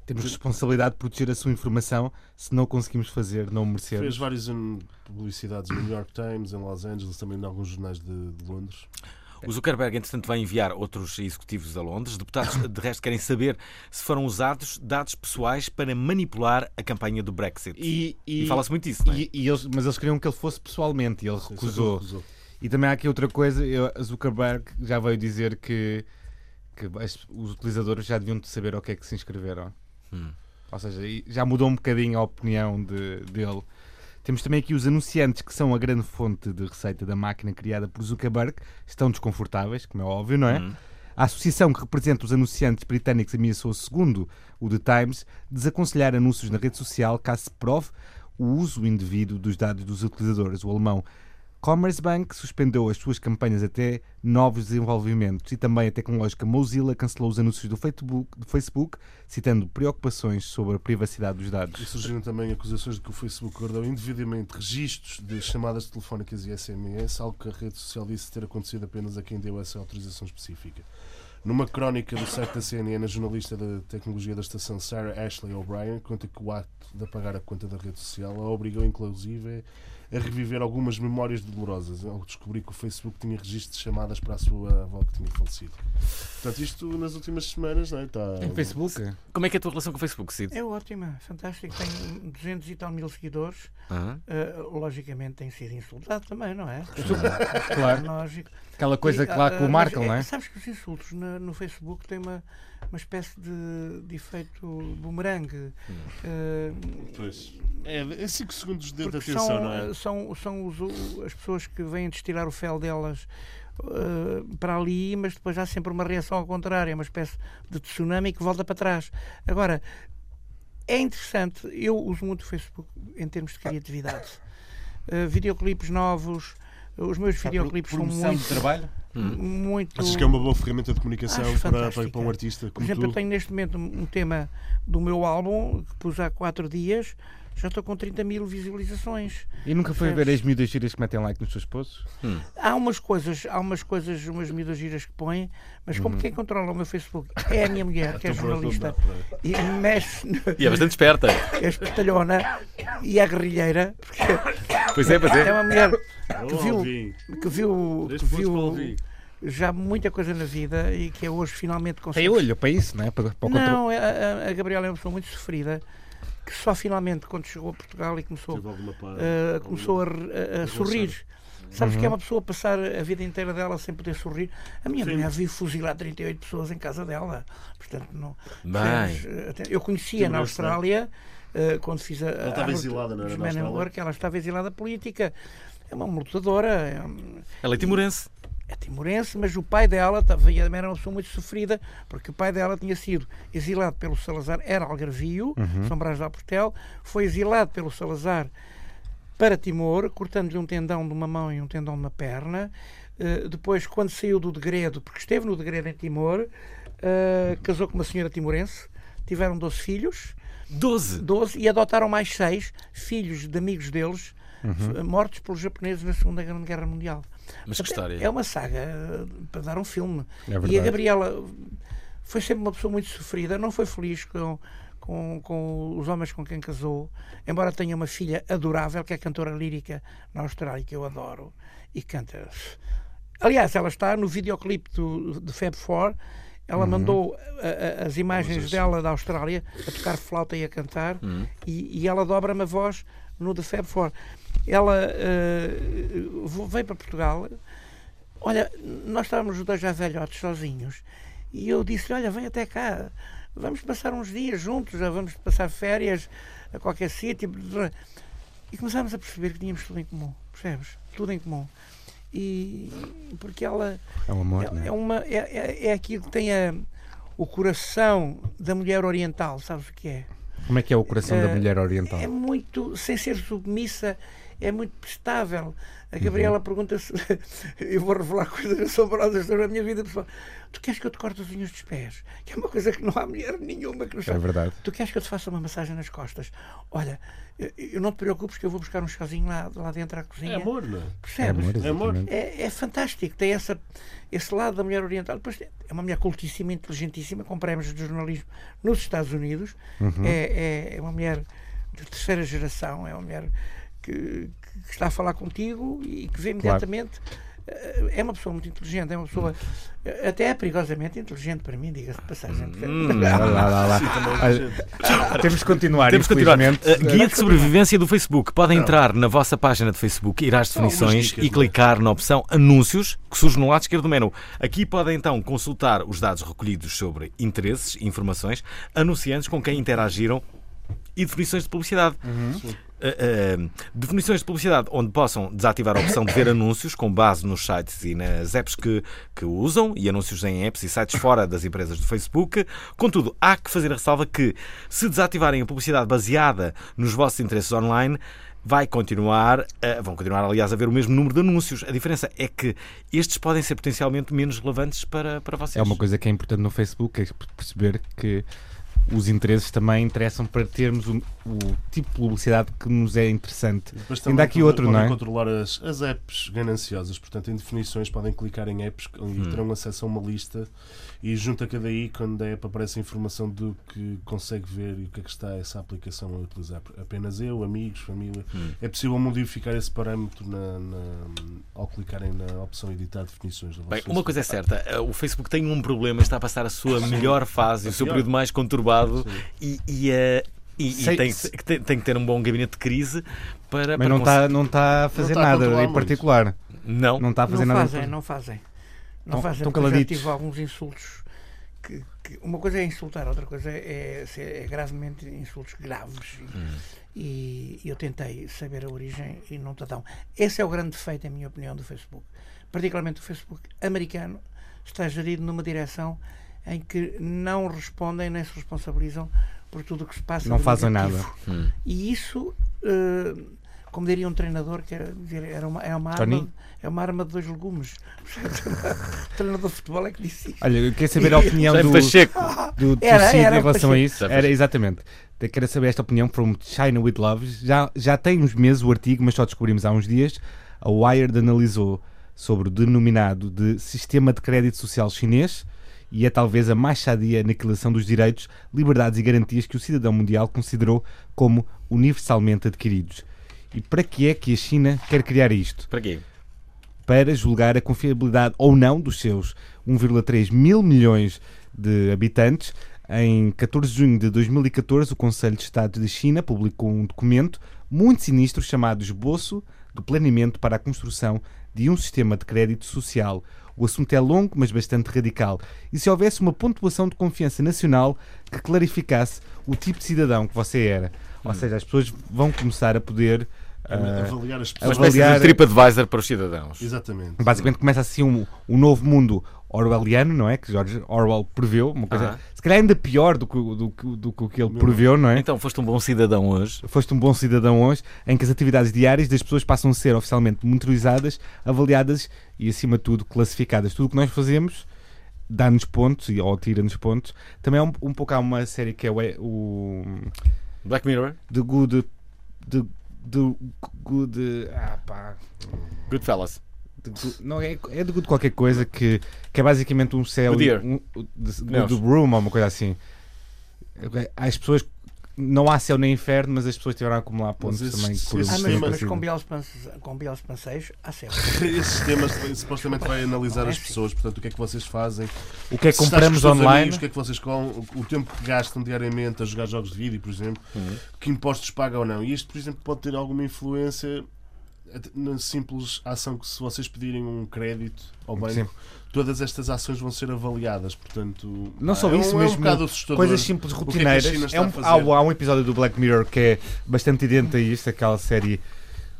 [SPEAKER 3] Temos responsabilidade de proteger a sua informação. Se não conseguimos fazer, não
[SPEAKER 2] Fez
[SPEAKER 3] merecemos.
[SPEAKER 2] várias hum, publicidades no New York Times, em Los Angeles, também em alguns jornais de, de Londres.
[SPEAKER 1] O Zuckerberg, entretanto, vai enviar outros executivos a Londres. Deputados, de resto, querem saber se foram usados dados pessoais para manipular a campanha do Brexit.
[SPEAKER 3] E, e-
[SPEAKER 1] E fala-se muito disso, não é?
[SPEAKER 3] e- e eles, mas eles queriam que ele fosse pessoalmente e ele
[SPEAKER 2] Sim,
[SPEAKER 3] recusou.
[SPEAKER 2] recusou.
[SPEAKER 3] E também há aqui outra coisa: eu- Zuckerberg já veio dizer que, que as- os utilizadores já deviam saber ao que é que se inscreveram. Ou seja, e já mudou um bocadinho a opinião de- dele. Temos também aqui os anunciantes, que são a grande fonte de receita da máquina criada por Zuckerberg, estão desconfortáveis, como é óbvio, não é? A associação que representa os anunciantes britânicos ameaçou, segundo o The Times, desaconselhar anúncios na rede social caso se prove o uso indevido dos dados dos utilizadores. O alemão Commerzbank suspendeu as suas campanhas até novos desenvolvimentos e também a tecnológica Mozilla cancelou os anúncios do Facebook, do Facebook, citando preocupações sobre a privacidade dos
[SPEAKER 2] E
[SPEAKER 3] dados.
[SPEAKER 2] surgiram também acusações de que o Facebook guardou indevidamente registros de chamadas telefónicas e SMS, algo que a rede social disse ter acontecido apenas a quem deu essa autorização específica. Numa crónica do site da CNN, a jornalista da tecnologia da estação Sarah Ashley O'Brien conta que o ato de apagar a conta da rede social a obrigou, inclusive, a reviver algumas memórias dolorosas ao descobrir que o Facebook tinha registro de chamadas para a sua avó que tinha falecido. Portanto, isto nas últimas semanas, não é? Está...
[SPEAKER 3] Facebook?
[SPEAKER 1] Como é que é a tua relação com o Facebook, Cid?
[SPEAKER 4] É ótima, fantástico. Tenho 200 e tal mil seguidores.
[SPEAKER 1] Aham.
[SPEAKER 4] Eh, logicamente tem sido insultado também, não é?
[SPEAKER 3] Claro.
[SPEAKER 4] Lógico.
[SPEAKER 3] Aquela coisa
[SPEAKER 4] E,
[SPEAKER 3] que lá
[SPEAKER 4] ah,
[SPEAKER 3] que o
[SPEAKER 4] mas,
[SPEAKER 3] marcam,
[SPEAKER 4] eh,
[SPEAKER 3] não é?
[SPEAKER 4] Sabes que os insultos na- no, Facebook têm uma, uma espécie de, de efeito bumerangue. Eh,
[SPEAKER 2] Pois. É 5 segundos de
[SPEAKER 4] porque
[SPEAKER 2] atenção,
[SPEAKER 4] são,
[SPEAKER 2] não é?
[SPEAKER 4] eh, são, são os- o- as pessoas que vêm destilar o fel delas eh, para ali, mas depois há sempre uma reação ao contrário, é uma espécie de tsunami que volta para trás. Agora, é interessante, eu uso muito o Facebook em termos de criatividade. Eh, videoclipes novos, os meus videoclipes são
[SPEAKER 3] Promoção de
[SPEAKER 4] muito.
[SPEAKER 3] trabalho?
[SPEAKER 4] muito
[SPEAKER 2] Achas que é uma boa ferramenta de comunicação
[SPEAKER 4] Acho
[SPEAKER 2] para, para,
[SPEAKER 4] fantástica.
[SPEAKER 2] para um artista
[SPEAKER 4] Por
[SPEAKER 2] como
[SPEAKER 4] exemplo, eu
[SPEAKER 2] tu?
[SPEAKER 4] tenho neste momento um um tema do meu álbum que pus há quatro dias, já estou com 30 mil visualizações.
[SPEAKER 3] E nunca foi
[SPEAKER 4] Percebes?
[SPEAKER 3] ver as miúdas giras que metem like nos seus posts?
[SPEAKER 4] Há umas coisas, há umas coisas, umas miúdas giras que põem, mas como
[SPEAKER 1] Uhum.
[SPEAKER 4] quem controla o meu Facebook é a minha mulher, que é jornalista, e mexe, no-
[SPEAKER 1] E é bastante esperta.
[SPEAKER 4] é espertalhona e é guerrilheira, porque
[SPEAKER 1] Pois é, pois
[SPEAKER 4] é
[SPEAKER 1] é.
[SPEAKER 4] uma mulher
[SPEAKER 2] Oh,
[SPEAKER 4] que viu,
[SPEAKER 2] Alvin,
[SPEAKER 4] que viu, que
[SPEAKER 2] deste futebol,
[SPEAKER 4] viu
[SPEAKER 2] Alvin.
[SPEAKER 4] já muita coisa na vida e que é hoje finalmente
[SPEAKER 3] Tem
[SPEAKER 4] consegue
[SPEAKER 3] olho para isso, não é? Para, para o controle.
[SPEAKER 4] Não, a- a, a Gabriela é uma pessoa muito sofrida que só finalmente, quando chegou a Portugal e começou,
[SPEAKER 2] Teve alguma pá-
[SPEAKER 4] ah, começou a, re- a- a sorrir. Sabes
[SPEAKER 2] Uhum.
[SPEAKER 4] que é uma pessoa passar a vida inteira dela sem poder sorrir? A minha mulher viu fuzilar 38 pessoas em casa dela. Portanto, não.
[SPEAKER 1] Bem.
[SPEAKER 4] Temos, eh, até- Eu conhecia na
[SPEAKER 2] Timoroso, não é?
[SPEAKER 4] Austrália, eh, quando fiz a. Ela
[SPEAKER 2] estava exilada, não era, na Austrália?
[SPEAKER 4] Work, ela estava exilada política. É uma lutadora. É um-
[SPEAKER 1] Ela é timorense.
[SPEAKER 4] é timorense, mas o pai dela também era uma pessoa muito sofrida, porque o pai dela tinha sido exilado pelo Salazar, era algarvio, São Brás da Portel, foi exilado pelo Salazar para Timor, cortando-lhe um tendão de uma mão e um tendão de uma perna. Eh, depois, quando saiu do degredo, porque esteve no degredo em Timor, eh, casou com uma senhora timorense, tiveram 12 filhos,
[SPEAKER 1] 12.
[SPEAKER 4] 12 e adotaram mais seis filhos de amigos deles f- mortos pelos japoneses na Segunda Guerra Mundial.
[SPEAKER 1] Mas que
[SPEAKER 4] Portanto,
[SPEAKER 1] história.
[SPEAKER 4] É uma saga eh, para dar um filme.
[SPEAKER 3] É
[SPEAKER 4] e a
[SPEAKER 3] verdade.
[SPEAKER 4] Gabriela foi sempre uma pessoa muito sofrida, não foi feliz com, com, com os homens com quem casou, embora tenha uma filha adorável, que é cantora lírica na Austrália, que eu adoro, e canta. Aliás, ela está no videoclipe do, de Fab Four. Ela mandou a- a- as imagens dela da Austrália a tocar flauta e a cantar, e, e ela dobra-me a voz no The Fab Four. Ela eh, vo- veio para Portugal. Olha, nós estávamos os dois já velhotes sozinhos, e eu disse-lhe: Olha, vem até cá, vamos passar uns dias juntos, já vamos passar férias a qualquer sítio. E começámos a perceber que tínhamos tudo em comum, percebes? Tudo em comum. E porque ela
[SPEAKER 3] É um amor, não
[SPEAKER 4] é,
[SPEAKER 3] é?
[SPEAKER 4] é uma, é, é, é aquilo que tem a- o coração da mulher oriental, sabes o que é?
[SPEAKER 3] Como é que é o coração da
[SPEAKER 4] Eh,
[SPEAKER 3] mulher oriental?
[SPEAKER 4] É muito, sem ser submissa, é muito prestável. A Gabriela
[SPEAKER 3] Uhum.
[SPEAKER 4] pergunta-se: eu vou revelar coisas assombrosas sobre a minha vida pessoal. Tu queres que eu te corte os unhos dos pés? Que é uma coisa que não há mulher nenhuma que nos
[SPEAKER 3] É
[SPEAKER 4] faça.
[SPEAKER 3] verdade.
[SPEAKER 4] Tu queres que eu te faça uma massagem nas costas? Olha, eu- eu não te preocupes que eu vou buscar um chazinho lá, lá dentro à cozinha.
[SPEAKER 2] É amor, não é?
[SPEAKER 3] É
[SPEAKER 4] Percebes?
[SPEAKER 3] amor, exatamente.
[SPEAKER 4] É, é fantástico, tem essa, esse lado da mulher oriental. Depois é uma mulher cultíssima, inteligentíssima, com prémios de jornalismo nos Estados Unidos. É, é- é uma mulher de terceira geração, é uma mulher que, que está a falar contigo e que vê imediatamente. eh, É uma pessoa muito inteligente, é uma pessoa eh, até é perigosamente inteligente para mim, diga-se de passagem.
[SPEAKER 3] Lá, lá, lá, lá. Olha, Temos que continuar,
[SPEAKER 1] Temos que continuar.
[SPEAKER 3] infelizmente.
[SPEAKER 1] Uh, guia de sobrevivência do Facebook. Podem entrar na vossa página de Facebook, ir às
[SPEAKER 2] algumas
[SPEAKER 1] definições
[SPEAKER 2] dicas,
[SPEAKER 1] e
[SPEAKER 2] não é?
[SPEAKER 1] clicar na opção Anúncios, que surge no lado esquerdo do menu. Aqui podem então consultar os dados recolhidos sobre interesses, informações, anunciantes com quem interagiram e definições de publicidade.
[SPEAKER 2] Uhum.
[SPEAKER 1] Uh, uh, definições de publicidade onde possam desativar a opção de ver anúncios com base nos sites e nas apps que, que usam e anúncios em apps e sites fora das empresas do Facebook. Contudo, há que fazer a ressalva que se desativarem a publicidade baseada nos vossos interesses online, vai continuar, a- vão continuar, aliás, a ver o mesmo número de anúncios. A diferença é que estes podem ser potencialmente menos relevantes para, para vocês.
[SPEAKER 3] É uma coisa é que é importante no Facebook, é perceber que os interesses também interessam para termos o, o tipo de publicidade que nos é interessante.
[SPEAKER 2] Depois
[SPEAKER 3] Ainda há aqui outro,
[SPEAKER 2] podem
[SPEAKER 3] não é?
[SPEAKER 2] controlar as, as apps gananciosas, portanto, em definições podem clicar em apps e terão acesso a uma lista e junto a cada ícone da app aparece a informação do que consegue ver e o que é que está essa aplicação a utilizar. Apenas eu, amigos, família. É possível modificar esse parâmetro na- na- ao clicarem na opção editar definições. da vossa
[SPEAKER 1] Bem, uma coisa é certa, eh, o Facebook tem um problema, está a passar a sua melhor fase, o seu
[SPEAKER 2] pior.
[SPEAKER 1] período mais conturbado e, e, eh, e- e
[SPEAKER 3] Sei-
[SPEAKER 1] tem, que- tem- tem que ter um bom gabinete de crise para.
[SPEAKER 3] Mas
[SPEAKER 1] É para
[SPEAKER 3] não
[SPEAKER 1] conseguir-
[SPEAKER 3] está não tá a fazer
[SPEAKER 2] está a
[SPEAKER 3] nada
[SPEAKER 2] controlar
[SPEAKER 3] em
[SPEAKER 2] muito.
[SPEAKER 3] particular.
[SPEAKER 1] Não,
[SPEAKER 3] Não está a fazer
[SPEAKER 4] não
[SPEAKER 3] tá nada. em particular.
[SPEAKER 4] fazem, não fazem. Não
[SPEAKER 3] Tão-
[SPEAKER 4] fazem,
[SPEAKER 3] tão
[SPEAKER 4] porque eu já
[SPEAKER 3] caladitos.
[SPEAKER 4] tive alguns insultos. Que, que- uma coisa é insultar, outra coisa é, ser- é gravemente insultos graves. E, e eu tentei saber a origem e não tão. Esse é o grande defeito, em minha opinião, do Facebook. Particularmente o Facebook americano está gerido numa direção em que não respondem nem se responsabilizam por tudo o que se passa.
[SPEAKER 3] Não
[SPEAKER 4] de
[SPEAKER 3] fazem
[SPEAKER 4] negativo.
[SPEAKER 3] nada.
[SPEAKER 4] E isso, eh, como diria um treinador, que era, dizer, era uma, é, uma arma,
[SPEAKER 3] Tony?
[SPEAKER 4] é uma arma de dois legumes. o treinador de futebol é que disse isso.
[SPEAKER 3] Olha, eu quero saber a opinião
[SPEAKER 1] Jaime
[SPEAKER 3] do,
[SPEAKER 1] Pacheco.
[SPEAKER 3] do, do
[SPEAKER 4] Era-
[SPEAKER 3] Cid
[SPEAKER 4] era
[SPEAKER 3] em relação a
[SPEAKER 4] Pacheco.
[SPEAKER 3] isso. Era exatamente. Eu Quero saber esta opinião from China with Love. Já, já tem uns meses o artigo, mas só descobrimos há uns dias. A Wired analisou sobre o denominado de Sistema de Crédito Social Chinês e é talvez a mais sadia aniquilação dos direitos, liberdades e garantias que o cidadão mundial considerou como universalmente adquiridos. E para que é que a China quer criar isto?
[SPEAKER 1] para quê?
[SPEAKER 3] para julgar a confiabilidade ou não dos seus 1,3 mil milhões de habitantes. Em 14 de junho de 2014, o Conselho de Estado de China publicou um documento muito sinistro chamado Esboço do Planeamento para a Construção de um Sistema de Crédito Social. O assunto é longo, mas bastante radical. E se houvesse uma pontuação de confiança nacional que clarificasse o tipo de cidadão que você era? Ou seja, as pessoas vão começar a poder.
[SPEAKER 2] A-
[SPEAKER 3] ah,
[SPEAKER 2] avaliar as
[SPEAKER 1] Uma
[SPEAKER 2] pessoas.
[SPEAKER 1] espécie
[SPEAKER 3] Avaliar-
[SPEAKER 1] de TripAdvisor para os cidadãos.
[SPEAKER 2] Exatamente.
[SPEAKER 3] Basicamente começa assim um, um novo mundo orwelliano, não é? Que George Orwell preveu, uma coisa,
[SPEAKER 1] Aham.
[SPEAKER 3] se calhar ainda pior do que, o- do, que- do que o que ele preveu, não é?
[SPEAKER 1] Então foste um bom cidadão hoje.
[SPEAKER 3] Foste um bom cidadão hoje, em que as atividades diárias das pessoas passam a ser oficialmente monitorizadas, avaliadas e, acima de tudo, classificadas. Tudo o que nós fazemos dá-nos pontos e- ou tira-nos pontos. Também há um, um pouco há uma série que é o, o
[SPEAKER 1] Black Mirror,
[SPEAKER 3] The Good. The, the Good. Ah, pá.
[SPEAKER 1] Goodfellas.
[SPEAKER 3] de gu- não é, é de Good qualquer coisa que, que é basicamente um céu
[SPEAKER 1] Good Year.
[SPEAKER 3] um, um- de-
[SPEAKER 1] Não.
[SPEAKER 3] do Room ou uma coisa assim. As pessoas não há céu nem inferno, mas as pessoas tiveram a acumular pontos
[SPEAKER 2] esses-
[SPEAKER 3] também por
[SPEAKER 2] esses
[SPEAKER 4] Ah,
[SPEAKER 3] um
[SPEAKER 4] mas,
[SPEAKER 2] Sim,
[SPEAKER 3] tempo
[SPEAKER 2] mas
[SPEAKER 4] mas
[SPEAKER 3] assim.
[SPEAKER 4] com Biel Spanse- com Biel Spanseis, há céu.
[SPEAKER 2] Esse sistema supostamente vai analisar as pessoas, portanto, o que é que vocês fazem,
[SPEAKER 3] O que é que
[SPEAKER 2] Se estás
[SPEAKER 3] compramos
[SPEAKER 2] com os teus
[SPEAKER 3] online?
[SPEAKER 2] amigos, o que é que vocês com o tempo que gastam diariamente a jogar jogos de vídeo, por exemplo, que impostos paga ou não. E isto, por exemplo, pode ter alguma influência até na simples ação que se vocês pedirem um crédito ao banco,
[SPEAKER 3] Sim.
[SPEAKER 2] todas estas ações vão ser avaliadas. Portanto,
[SPEAKER 3] Não
[SPEAKER 2] pá,
[SPEAKER 3] só
[SPEAKER 2] é um-
[SPEAKER 3] isso,
[SPEAKER 2] é um
[SPEAKER 3] mesmo
[SPEAKER 2] bocado assustador
[SPEAKER 3] coisas simples,
[SPEAKER 2] o que é que a
[SPEAKER 3] rotineiras.
[SPEAKER 2] China está
[SPEAKER 3] É um-
[SPEAKER 2] a fazer.
[SPEAKER 3] há, há um episódio do Black Mirror que é bastante idêntico a isto, aquela série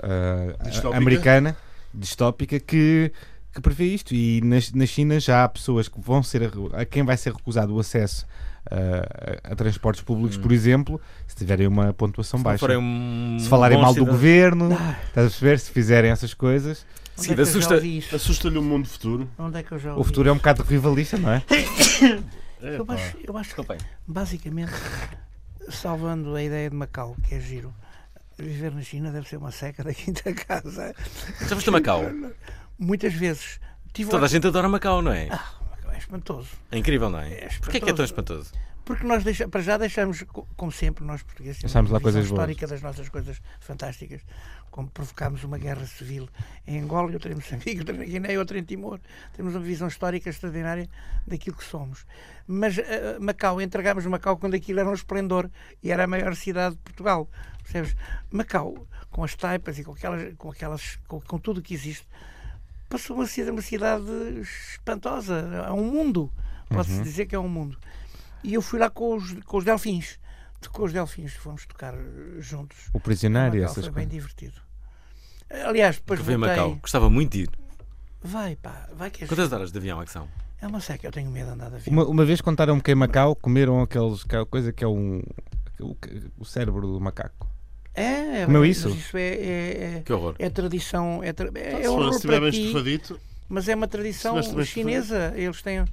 [SPEAKER 3] ah,
[SPEAKER 2] Distópica?
[SPEAKER 3] americana, distópica, que, que prevê isto. E na, na China já há pessoas que vão ser a quem vai ser recusado o acesso ah, a, a transportes públicos,
[SPEAKER 2] Hum.
[SPEAKER 3] por exemplo, se tiverem uma pontuação
[SPEAKER 1] Se não
[SPEAKER 3] baixa.
[SPEAKER 1] forem um
[SPEAKER 3] Se falarem
[SPEAKER 1] bom
[SPEAKER 3] mal do
[SPEAKER 1] cidadão-
[SPEAKER 3] governo, estás a perceber? Se fizerem essas coisas,
[SPEAKER 4] Onde é que
[SPEAKER 1] da
[SPEAKER 4] eu
[SPEAKER 1] susta-
[SPEAKER 4] já ouvi isso?
[SPEAKER 2] Assusta-lhe o mundo futuro.
[SPEAKER 4] Onde é que eu já ouvi
[SPEAKER 3] o futuro é um bocado rivalista, não é?
[SPEAKER 2] É,
[SPEAKER 4] Eu
[SPEAKER 2] pá.
[SPEAKER 4] acho, eu acho que,
[SPEAKER 1] Desculpem.
[SPEAKER 4] basicamente, salvando a ideia de Macau, que é giro, viver na China deve ser uma seca da quinta casa.
[SPEAKER 1] Já foste a Macau?
[SPEAKER 4] Muitas vezes. Tive
[SPEAKER 1] Toda a gente adora Macau, não é?
[SPEAKER 3] Ah.
[SPEAKER 4] É espantoso.
[SPEAKER 1] É incrível, não é?
[SPEAKER 4] É
[SPEAKER 1] Porquê é que é tão espantoso?
[SPEAKER 4] Porque nós deixa, para já deixamos, co- como sempre, nós portugueses, temos
[SPEAKER 3] Deixamos lá
[SPEAKER 4] uma visão
[SPEAKER 3] coisas boas.
[SPEAKER 4] histórica das nossas coisas fantásticas, como provocámos uma guerra civil em Angola, outra em Moçambique, outra na Guiné, outra em Timor. Temos uma visão histórica extraordinária daquilo que somos. Mas eh, Macau, entregámos Macau quando aquilo era um esplendor e era a maior cidade de Portugal. Percebes? Macau, com as taipas e com, aquelas, com, aquelas, com, com tudo o que existe, passou uma cidade, uma cidade espantosa. É um mundo. Pode-se
[SPEAKER 3] Uhum.
[SPEAKER 4] dizer que é um mundo. E eu fui lá com os, com os delfins. Com os delfins, fomos tocar eh, juntos.
[SPEAKER 3] O prisionário,
[SPEAKER 4] Macau,
[SPEAKER 3] essas
[SPEAKER 4] foi bem
[SPEAKER 3] coisas.
[SPEAKER 4] divertido. Aliás, depois
[SPEAKER 1] Que vem
[SPEAKER 4] voltei.
[SPEAKER 1] Macau. Gostava muito de ir.
[SPEAKER 4] Vai, pá, vai que é,
[SPEAKER 1] Quantas horas de avião é que são?
[SPEAKER 4] é uma seca. Eu tenho medo de andar de avião.
[SPEAKER 3] Uma, uma vez contaram-me que em Macau comeram aqueles, aquela coisa que é um, o, o cérebro do macaco.
[SPEAKER 4] É, é,
[SPEAKER 3] Comeu
[SPEAKER 4] mas
[SPEAKER 3] isso?
[SPEAKER 4] é, é, é-
[SPEAKER 1] Que horror.
[SPEAKER 4] é tradição. É, tra... é
[SPEAKER 2] Então, Se
[SPEAKER 4] horror
[SPEAKER 2] estiver
[SPEAKER 4] para
[SPEAKER 2] bem
[SPEAKER 4] ti,
[SPEAKER 2] estufadito,
[SPEAKER 4] mas é uma tradição
[SPEAKER 2] Se tivesse bem
[SPEAKER 4] chinesa. Eles têm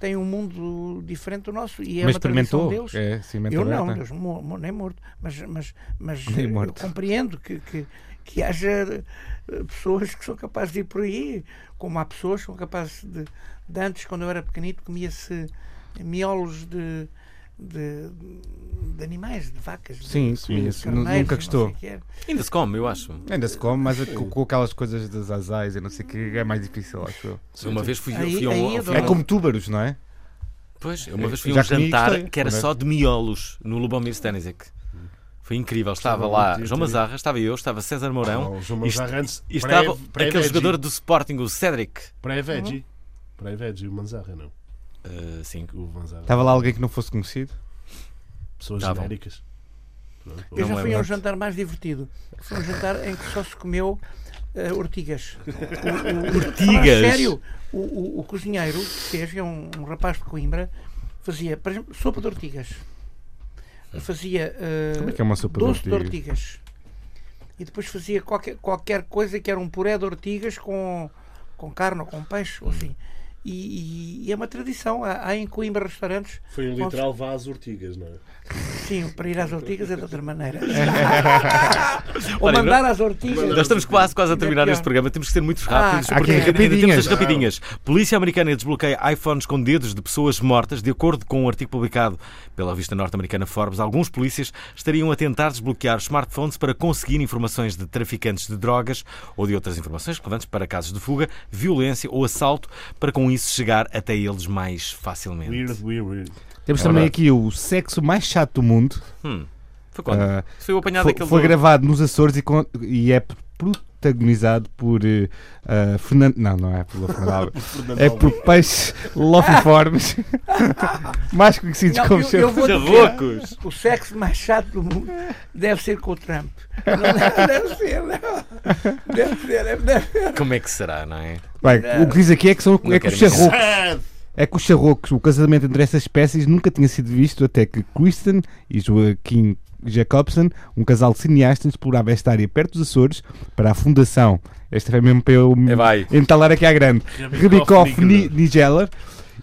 [SPEAKER 4] têm um mundo diferente do nosso e é
[SPEAKER 3] Mas
[SPEAKER 4] uma tradição
[SPEAKER 3] experimentou?
[SPEAKER 4] deles.
[SPEAKER 3] É, se experimentou
[SPEAKER 4] Eu não,
[SPEAKER 3] agora, tá.
[SPEAKER 4] Deus, mo- mo- nem morto. Mas, mas, mas
[SPEAKER 3] Nem
[SPEAKER 4] eh,
[SPEAKER 3] morto.
[SPEAKER 4] eu compreendo que, que, que haja eh, pessoas que são capazes de ir por aí, como há pessoas que são capazes de. de antes, quando eu era pequenito, comia-se miolos de, de, de animais, de vacas. de-
[SPEAKER 3] Sim,
[SPEAKER 4] de
[SPEAKER 3] comia-se. Nu-
[SPEAKER 4] carneiros,
[SPEAKER 3] nunca
[SPEAKER 4] não sei
[SPEAKER 3] gostou.
[SPEAKER 4] o que era.
[SPEAKER 1] Ainda se come, eu acho.
[SPEAKER 3] Ainda se come, mas com, com aquelas coisas das azais e não sei o que é mais difícil, acho eu.
[SPEAKER 1] Uma vez fui,
[SPEAKER 4] Aí-
[SPEAKER 1] fui a
[SPEAKER 4] aí
[SPEAKER 1] um, fui a um-
[SPEAKER 3] É
[SPEAKER 4] adoro.
[SPEAKER 3] como túbaros, não é?
[SPEAKER 1] Pois, eu uma vez fui a
[SPEAKER 3] Já
[SPEAKER 1] um
[SPEAKER 3] comi e
[SPEAKER 1] jantar
[SPEAKER 3] gostei.
[SPEAKER 1] que era
[SPEAKER 3] Não é?
[SPEAKER 1] só de miolos no Lubomir Stanisic. é Foi incrível. Estava
[SPEAKER 2] Estava
[SPEAKER 1] lá
[SPEAKER 2] muito
[SPEAKER 1] João Mazarra, estava eu, estava César Mourão
[SPEAKER 2] Ah, o João
[SPEAKER 1] e est-
[SPEAKER 2] Manzarra antes-
[SPEAKER 1] e estava
[SPEAKER 2] pré- pré-veggie.
[SPEAKER 1] aquele jogador do Sporting, o Cédric.
[SPEAKER 4] Uhum.
[SPEAKER 2] Pré-veggie. Pré-veggie, o Manzarra não.
[SPEAKER 1] Ah, sim,
[SPEAKER 2] O Manzarra.
[SPEAKER 3] Estava lá alguém que não fosse conhecido?
[SPEAKER 2] Pessoas
[SPEAKER 1] Tá bom.
[SPEAKER 2] genéricas. Pronto. é
[SPEAKER 1] Não
[SPEAKER 4] Eu já fui a
[SPEAKER 1] lembro.
[SPEAKER 4] um jantar mais divertido. Foi um jantar em que só se comeu eh, ortigas.
[SPEAKER 1] Ortigas?
[SPEAKER 4] Fala sério, o, o- o cozinheiro que fez, que é um, um rapaz de Coimbra, fazia, por exemplo, sopa de ortigas. Fazia eh,
[SPEAKER 3] Como é que é uma sopa de
[SPEAKER 4] doce de
[SPEAKER 3] ortigas?
[SPEAKER 4] ortigas. E depois fazia qualquer, qualquer coisa que era um puré de ortigas com, com carne ou com peixe,
[SPEAKER 3] Uhum.
[SPEAKER 4] ou assim. E, e- e é uma tradição. Há, há em Coimbra restaurantes
[SPEAKER 2] Foi um
[SPEAKER 4] onde-
[SPEAKER 2] literal vaso ortigas, não é?
[SPEAKER 4] Sim, para ir às ortigas é de outra maneira. Ou
[SPEAKER 1] Olha,
[SPEAKER 4] mandar às ortigas.
[SPEAKER 1] Nós estamos quase, quase a
[SPEAKER 4] Ainda é
[SPEAKER 1] terminar
[SPEAKER 4] pior.
[SPEAKER 1] este programa. Temos que ser muito
[SPEAKER 4] Ah,
[SPEAKER 1] rápidos.
[SPEAKER 4] há
[SPEAKER 1] porque
[SPEAKER 3] que-
[SPEAKER 1] ainda temos as
[SPEAKER 3] rapidinhas.
[SPEAKER 1] rapidinhas. Polícia americana desbloqueia iPhones com dedos de pessoas mortas. De acordo com um artigo publicado pela revista norte-americana Forbes, alguns polícias estariam a tentar desbloquear smartphones para conseguir informações de traficantes de drogas ou de outras informações relevantes para casos de fuga, violência ou assalto, para com isso chegar até eles mais facilmente.
[SPEAKER 2] Weird, weird, weird.
[SPEAKER 3] Temos
[SPEAKER 1] É
[SPEAKER 3] também
[SPEAKER 1] verdade.
[SPEAKER 3] aqui o sexo mais chato do mundo.
[SPEAKER 1] Hum. Foi quando?
[SPEAKER 3] Ah,
[SPEAKER 1] foi o apanhado
[SPEAKER 3] foi,
[SPEAKER 1] daquele
[SPEAKER 3] foi
[SPEAKER 1] do-
[SPEAKER 3] gravado nos Açores e, con- e é protagonizado por eh, ah, Fernando. Não, não é pelo Fernando Alves.
[SPEAKER 2] Fernando
[SPEAKER 3] É
[SPEAKER 2] Alves.
[SPEAKER 3] por peixes lofiformes, mais conhecidos
[SPEAKER 4] Não,
[SPEAKER 3] como
[SPEAKER 4] eu, eu
[SPEAKER 3] chama.
[SPEAKER 4] vou dizer,
[SPEAKER 1] Chavocos!
[SPEAKER 4] o sexo mais chato do mundo deve ser com o Trump. Não deve ser, não. Deve ser, é- deve ser.
[SPEAKER 1] Como é que será, não é?
[SPEAKER 3] Bem, o que diz aqui é que, são, é que
[SPEAKER 1] quero
[SPEAKER 3] os charrocos,
[SPEAKER 2] Ah,
[SPEAKER 3] é que os charrocos, o casamento entre essas espécies nunca tinha sido visto até que Kristen e Joaquim Jacobson, um casal de cineastas, explorava esta área perto dos Açores para a fundação. Esta foi mesmo para eu me
[SPEAKER 1] É vai.
[SPEAKER 3] entalar aqui à grande.
[SPEAKER 2] Rebikov
[SPEAKER 3] Rebikov Ni- Nigeller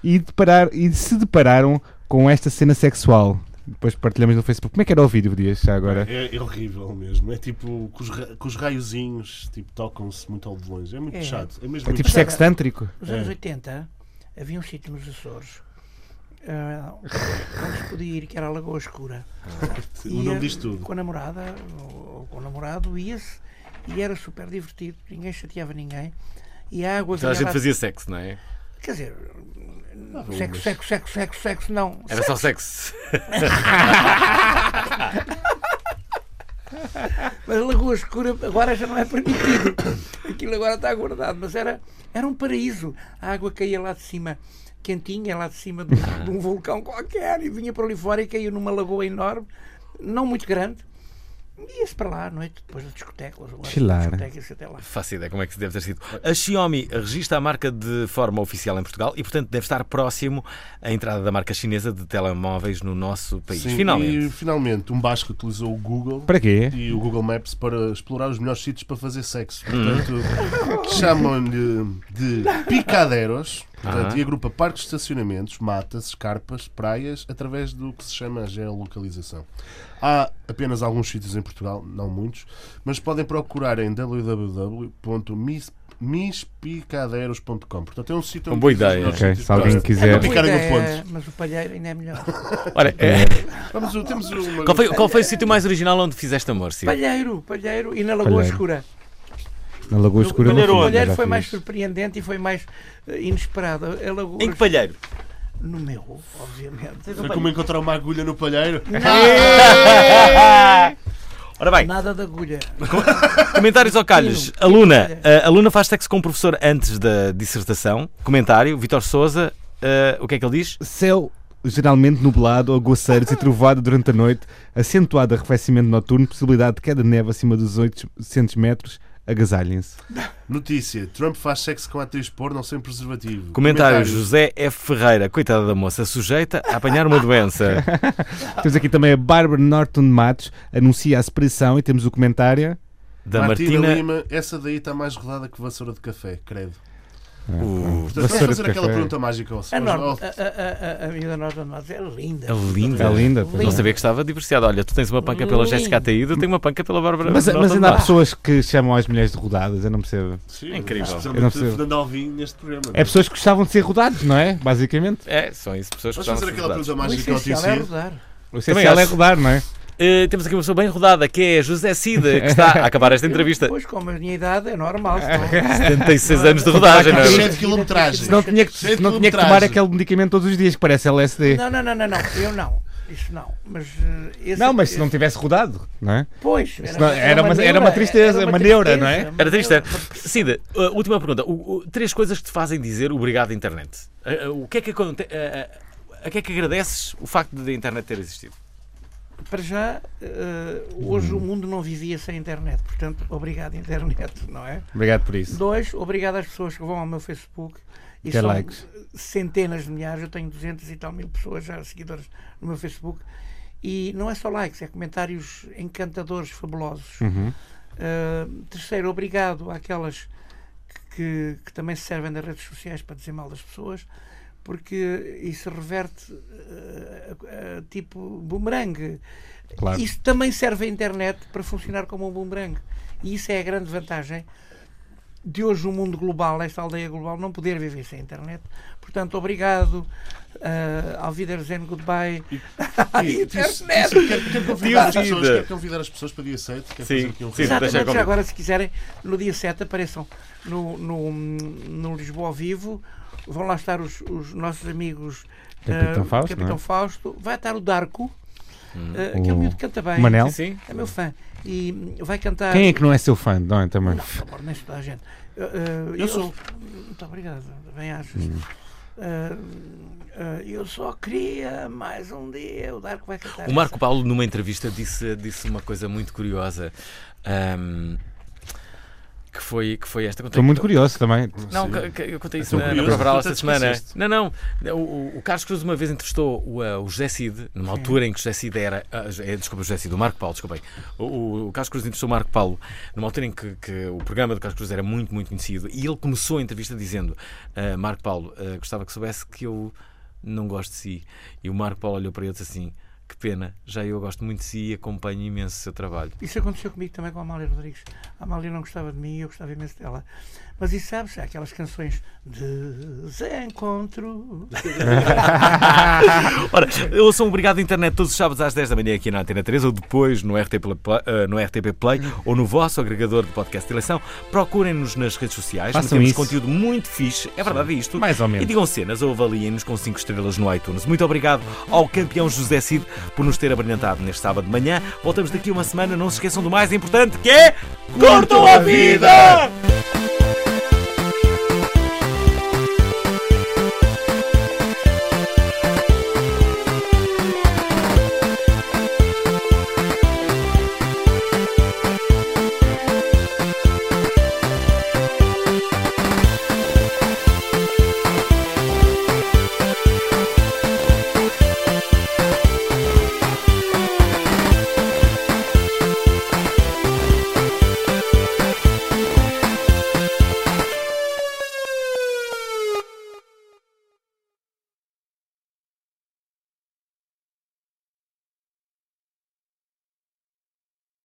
[SPEAKER 3] e, deparar, e se depararam com esta cena sexual. Depois partilhamos no Facebook. Como é que era o vídeo, Dias, já agora?
[SPEAKER 2] É, é horrível mesmo. É tipo que os, ra- que os raiozinhos tipo, tocam-se muito ao de longe. É muito
[SPEAKER 4] É.
[SPEAKER 2] chato. É mesmo
[SPEAKER 3] É
[SPEAKER 2] muito
[SPEAKER 3] tipo
[SPEAKER 2] chato.
[SPEAKER 3] sexo tântrico?
[SPEAKER 4] Nos anos 80 havia um sítio nos Açores ah, onde se podia ir, que era a Lagoa Escura.
[SPEAKER 2] O
[SPEAKER 4] Ia
[SPEAKER 2] nome diz tudo.
[SPEAKER 4] Com a namorada ou ou com o namorado ia-se e era super divertido, ninguém chateava ninguém. E a água
[SPEAKER 1] Toda a gente
[SPEAKER 4] vinha lá-
[SPEAKER 1] fazia sexo, não é?
[SPEAKER 4] Quer dizer, sexo, sexo, sexo, sexo, sexo, não.
[SPEAKER 1] Era só sexo.
[SPEAKER 4] Mas a Lagoa Escura agora já não é permitido. Aquilo agora está guardado. Mas era, era um paraíso. A água caía lá de cima, quentinha, lá de cima de,
[SPEAKER 1] Ah.
[SPEAKER 4] um- de um vulcão qualquer, e vinha para ali fora e caiu numa lagoa enorme, não muito grande. E Ia-se para lá à noite, depois da discoteca. ou lá,
[SPEAKER 3] Chilar.
[SPEAKER 4] discoteca, ia-se até lá.
[SPEAKER 1] Faço ideia como é que deve ter sido. A Xiaomi registra a marca de forma oficial em Portugal e, portanto, deve estar próximo à entrada da marca chinesa de telemóveis no nosso país.
[SPEAKER 2] Sim,
[SPEAKER 1] Finalmente.
[SPEAKER 2] E finalmente, um basco utilizou o Google
[SPEAKER 3] Para quê?
[SPEAKER 2] e o Google Maps para explorar os melhores sítios para fazer sexo.
[SPEAKER 1] Hum.
[SPEAKER 2] Portanto, chamam-lhe de picaderos portanto,
[SPEAKER 1] Aham.
[SPEAKER 2] e agrupa parques, estacionamentos, matas, escarpas, praias, através do que se chama a geolocalização. Há apenas alguns sítios em Portugal, não muitos, mas podem procurar em www.mispicaderos.com. Portanto, é um sítio
[SPEAKER 1] Uma
[SPEAKER 2] onde
[SPEAKER 1] boa
[SPEAKER 2] todos os
[SPEAKER 1] ideia.
[SPEAKER 2] melhores
[SPEAKER 3] Ok,
[SPEAKER 2] sítios É
[SPEAKER 3] se alguém
[SPEAKER 2] para-
[SPEAKER 3] quiser.
[SPEAKER 2] para picarem no
[SPEAKER 4] Boa ideia,
[SPEAKER 2] ponto.
[SPEAKER 4] Mas o palheiro ainda é melhor.
[SPEAKER 1] Ora, é,
[SPEAKER 2] Vamos, temos uma-
[SPEAKER 1] qual, foi, qual foi o sítio mais original onde fizeste amor, Cid?
[SPEAKER 4] Palheiro, palheiro e na Lagoa
[SPEAKER 3] Palheiro.
[SPEAKER 4] Escura.
[SPEAKER 3] Na Lagoa Escura
[SPEAKER 4] o
[SPEAKER 3] não fiz,
[SPEAKER 4] palheiro,
[SPEAKER 3] mas já
[SPEAKER 4] foi
[SPEAKER 3] fiz.
[SPEAKER 4] mais surpreendente e foi mais eh, inesperado. A Lagoa
[SPEAKER 1] Em que palheiro?
[SPEAKER 4] No meu, obviamente.
[SPEAKER 2] Foi como encontrar uma agulha no palheiro.
[SPEAKER 1] Ora bem,
[SPEAKER 4] Nada de agulha.
[SPEAKER 1] comentários ao Calhos. Aluna. A aluna faz sexo com o professor antes da dissertação. Comentário. Vitor Souza. o que é que ele diz?
[SPEAKER 3] Céu geralmente nublado, aguaceiros e trovado durante a noite, acentuado arrefecimento noturno, possibilidade de queda de neve acima dos 800 metros, agasalhem-se.
[SPEAKER 2] Notícia: Trump faz sexo com a atriz porno sem preservativo.
[SPEAKER 1] Comentário. José F. Ferreira. Coitada da moça, sujeita a apanhar uma doença.
[SPEAKER 3] Temos aqui também a Barbara Norton Matos, anuncia a separação e temos o comentário.
[SPEAKER 1] Da
[SPEAKER 2] Martina,
[SPEAKER 1] Martina
[SPEAKER 2] Lima, essa daí está mais rodada que vassoura de café, credo.
[SPEAKER 1] O-
[SPEAKER 2] Portanto, vamos
[SPEAKER 3] Vassoura de
[SPEAKER 2] fazer aquela
[SPEAKER 3] café.
[SPEAKER 2] pergunta mágica ao
[SPEAKER 4] A,
[SPEAKER 2] senhor.
[SPEAKER 4] norma, É a, a, a, a miúda Norma de Matos é linda.
[SPEAKER 1] É linda.
[SPEAKER 3] É linda, pois
[SPEAKER 4] Linda.
[SPEAKER 1] Não
[SPEAKER 3] é.
[SPEAKER 1] sabia que estava divorciada. Olha, tu tens uma panca pela Jéssica Ataída, eu tenho uma panca pela Bárbara.
[SPEAKER 3] Mas, é- mas
[SPEAKER 1] Norton
[SPEAKER 3] ainda há
[SPEAKER 1] Bass.
[SPEAKER 3] pessoas que chamam as mulheres de rodadas, eu não percebo.
[SPEAKER 2] Sim,
[SPEAKER 1] É incrível.
[SPEAKER 3] Eu não
[SPEAKER 2] Especialmente
[SPEAKER 3] percebo.
[SPEAKER 2] Fernando Alvim neste programa.
[SPEAKER 3] É pessoas que gostavam de ser rodadas, não é? Basicamente.
[SPEAKER 1] É, são isso, pessoas que
[SPEAKER 2] Vamos
[SPEAKER 1] estão
[SPEAKER 2] fazer aquela pergunta
[SPEAKER 4] O
[SPEAKER 2] mágica ao
[SPEAKER 4] essencial é
[SPEAKER 2] TC.
[SPEAKER 4] rodar.
[SPEAKER 3] O essencial é
[SPEAKER 1] acho.
[SPEAKER 3] rodar, não é?
[SPEAKER 1] Eh, Temos aqui uma pessoa bem rodada, que é José Cida, que está a acabar esta entrevista.
[SPEAKER 4] Pois, com a minha idade é normal. senão-
[SPEAKER 1] 76 anos de rodagem, não é?
[SPEAKER 2] Cheio de quilometragem.
[SPEAKER 3] Senão tinha que,
[SPEAKER 2] Cheio de
[SPEAKER 3] senão tinha que tomar
[SPEAKER 2] quilometragem.
[SPEAKER 3] aquele medicamento todos os dias, que parece LSD.
[SPEAKER 4] Não, não, não, não, não, eu não. Isso não. Mas, eh, esse-
[SPEAKER 3] Não, mas se não
[SPEAKER 4] esse-
[SPEAKER 3] tivesse rodado, não é?
[SPEAKER 4] Pois,
[SPEAKER 3] não- era uma- era uma
[SPEAKER 4] neura,
[SPEAKER 3] tristeza, uma neura, não é?
[SPEAKER 4] tristeza, uma
[SPEAKER 1] Era triste.
[SPEAKER 4] neura.
[SPEAKER 1] era? Cida, uh, última pergunta. O- o- três coisas que te fazem dizer obrigado, internet. Uh, uh, o que é que aconte- uh, uh, a que é que agradeces o facto de a internet ter existido?
[SPEAKER 4] Para já, eh, hoje o mundo não vivia sem internet. Portanto, obrigado, internet, não é?
[SPEAKER 3] Obrigado por isso.
[SPEAKER 4] Dois, obrigado às pessoas que vão ao meu Facebook. E
[SPEAKER 3] Ter
[SPEAKER 4] são
[SPEAKER 3] likes.
[SPEAKER 4] centenas de milhares, eu tenho 200 e tal mil pessoas já seguidoras no meu Facebook. E não é só likes, é comentários encantadores, fabulosos.
[SPEAKER 3] Uhum.
[SPEAKER 4] Ah, terceiro, obrigado àquelas que, que também se servem das redes sociais para dizer mal das pessoas, porque isso reverte ah, ah, tipo bumerangue.
[SPEAKER 3] Claro.
[SPEAKER 4] Isso também serve a internet para funcionar como um bumerangue. E isso é a grande vantagem de hoje o mundo global, esta aldeia global, não poder viver sem internet. Portanto, obrigado. Uh, ao Wiedersehen, goodbye.
[SPEAKER 2] Sim, disse-
[SPEAKER 4] internet.
[SPEAKER 2] disse- Quer quer convidar as
[SPEAKER 1] Dividida.
[SPEAKER 2] pessoas, quer convidar as pessoas para dia 7, quer
[SPEAKER 1] Sim,
[SPEAKER 2] fazer aqui
[SPEAKER 1] sim,
[SPEAKER 2] um recado.
[SPEAKER 1] deixa
[SPEAKER 4] Exatamente,
[SPEAKER 1] comigo.
[SPEAKER 4] já agora, se quiserem, no dia 7 apareçam no, no, no Lisboa ao Vivo. Vão lá estar os, os nossos amigos
[SPEAKER 3] Capitão
[SPEAKER 4] uh,
[SPEAKER 3] Fausto, não
[SPEAKER 4] Capitão
[SPEAKER 3] é? Hum.
[SPEAKER 4] Fausto. Vai estar o Darko, uh, aquele
[SPEAKER 3] O
[SPEAKER 4] miúdo que canta bem.
[SPEAKER 3] Manel?
[SPEAKER 1] Sim,
[SPEAKER 4] É meu fã. E hum, vai cantar.
[SPEAKER 3] Quem é que não é seu fã? Não é também?
[SPEAKER 4] Não, por amor, nem toda a gente. Eu, eh, eu- eu-
[SPEAKER 2] sou.
[SPEAKER 4] Muito obrigado, bem achas. Ah, ah, eu só queria mais um dia. O Darko vai cantar.
[SPEAKER 1] O Marco Paulo, numa entrevista, disse, disse uma coisa muito curiosa. ahm, que foi, que foi esta. Contei-
[SPEAKER 3] Estou muito curioso também.
[SPEAKER 1] Não,
[SPEAKER 2] Sim.
[SPEAKER 1] que- que- eu contei isso
[SPEAKER 2] Estou
[SPEAKER 1] na, na
[SPEAKER 2] curioso,
[SPEAKER 1] Provaral
[SPEAKER 2] portanto,
[SPEAKER 1] esta semana.
[SPEAKER 2] esqueceste.
[SPEAKER 1] Não, não. O, o Carlos Cruz uma vez entrevistou o, eh, o José Cid, numa altura em que o José Cid era. ah, eh, desculpa, o José Cid, o Marco Paulo, desculpem. O, o, o Carlos Cruz entrevistou o Marco Paulo numa altura em que, que o programa do Carlos Cruz era muito, muito conhecido. E ele começou a entrevista dizendo: "Ah, Marco Paulo, ah, gostava que soubesse que eu não gosto de si. E o Marco Paulo olhou para ele e disse assim. Que pena, já eu gosto muito de si e acompanho imenso o seu trabalho.
[SPEAKER 4] Isso aconteceu comigo também com a Amália Rodrigues. A Amália não gostava de mim e eu gostava imenso dela. Mas e sabes, há aquelas canções Desencontro.
[SPEAKER 1] Ora, eu sou um obrigado internet todos os sábados às 10 da manhã aqui na Antena 3 ou depois no RTP, Pla- eh, no RTP Play
[SPEAKER 3] Uhum.
[SPEAKER 1] ou no vosso agregador de podcast de eleição. Procurem-nos nas redes sociais,
[SPEAKER 3] Façam
[SPEAKER 1] temos
[SPEAKER 3] isso.
[SPEAKER 1] conteúdo muito fixe, é verdade isto.
[SPEAKER 3] Mais ou menos.
[SPEAKER 1] E digam cenas ou avaliem-nos com 5 estrelas no iTunes. Muito obrigado ao campeão José Cid por nos ter abrilhantado neste sábado de manhã. Voltamos daqui uma semana, não se esqueçam do mais importante que é. Curtam a vida!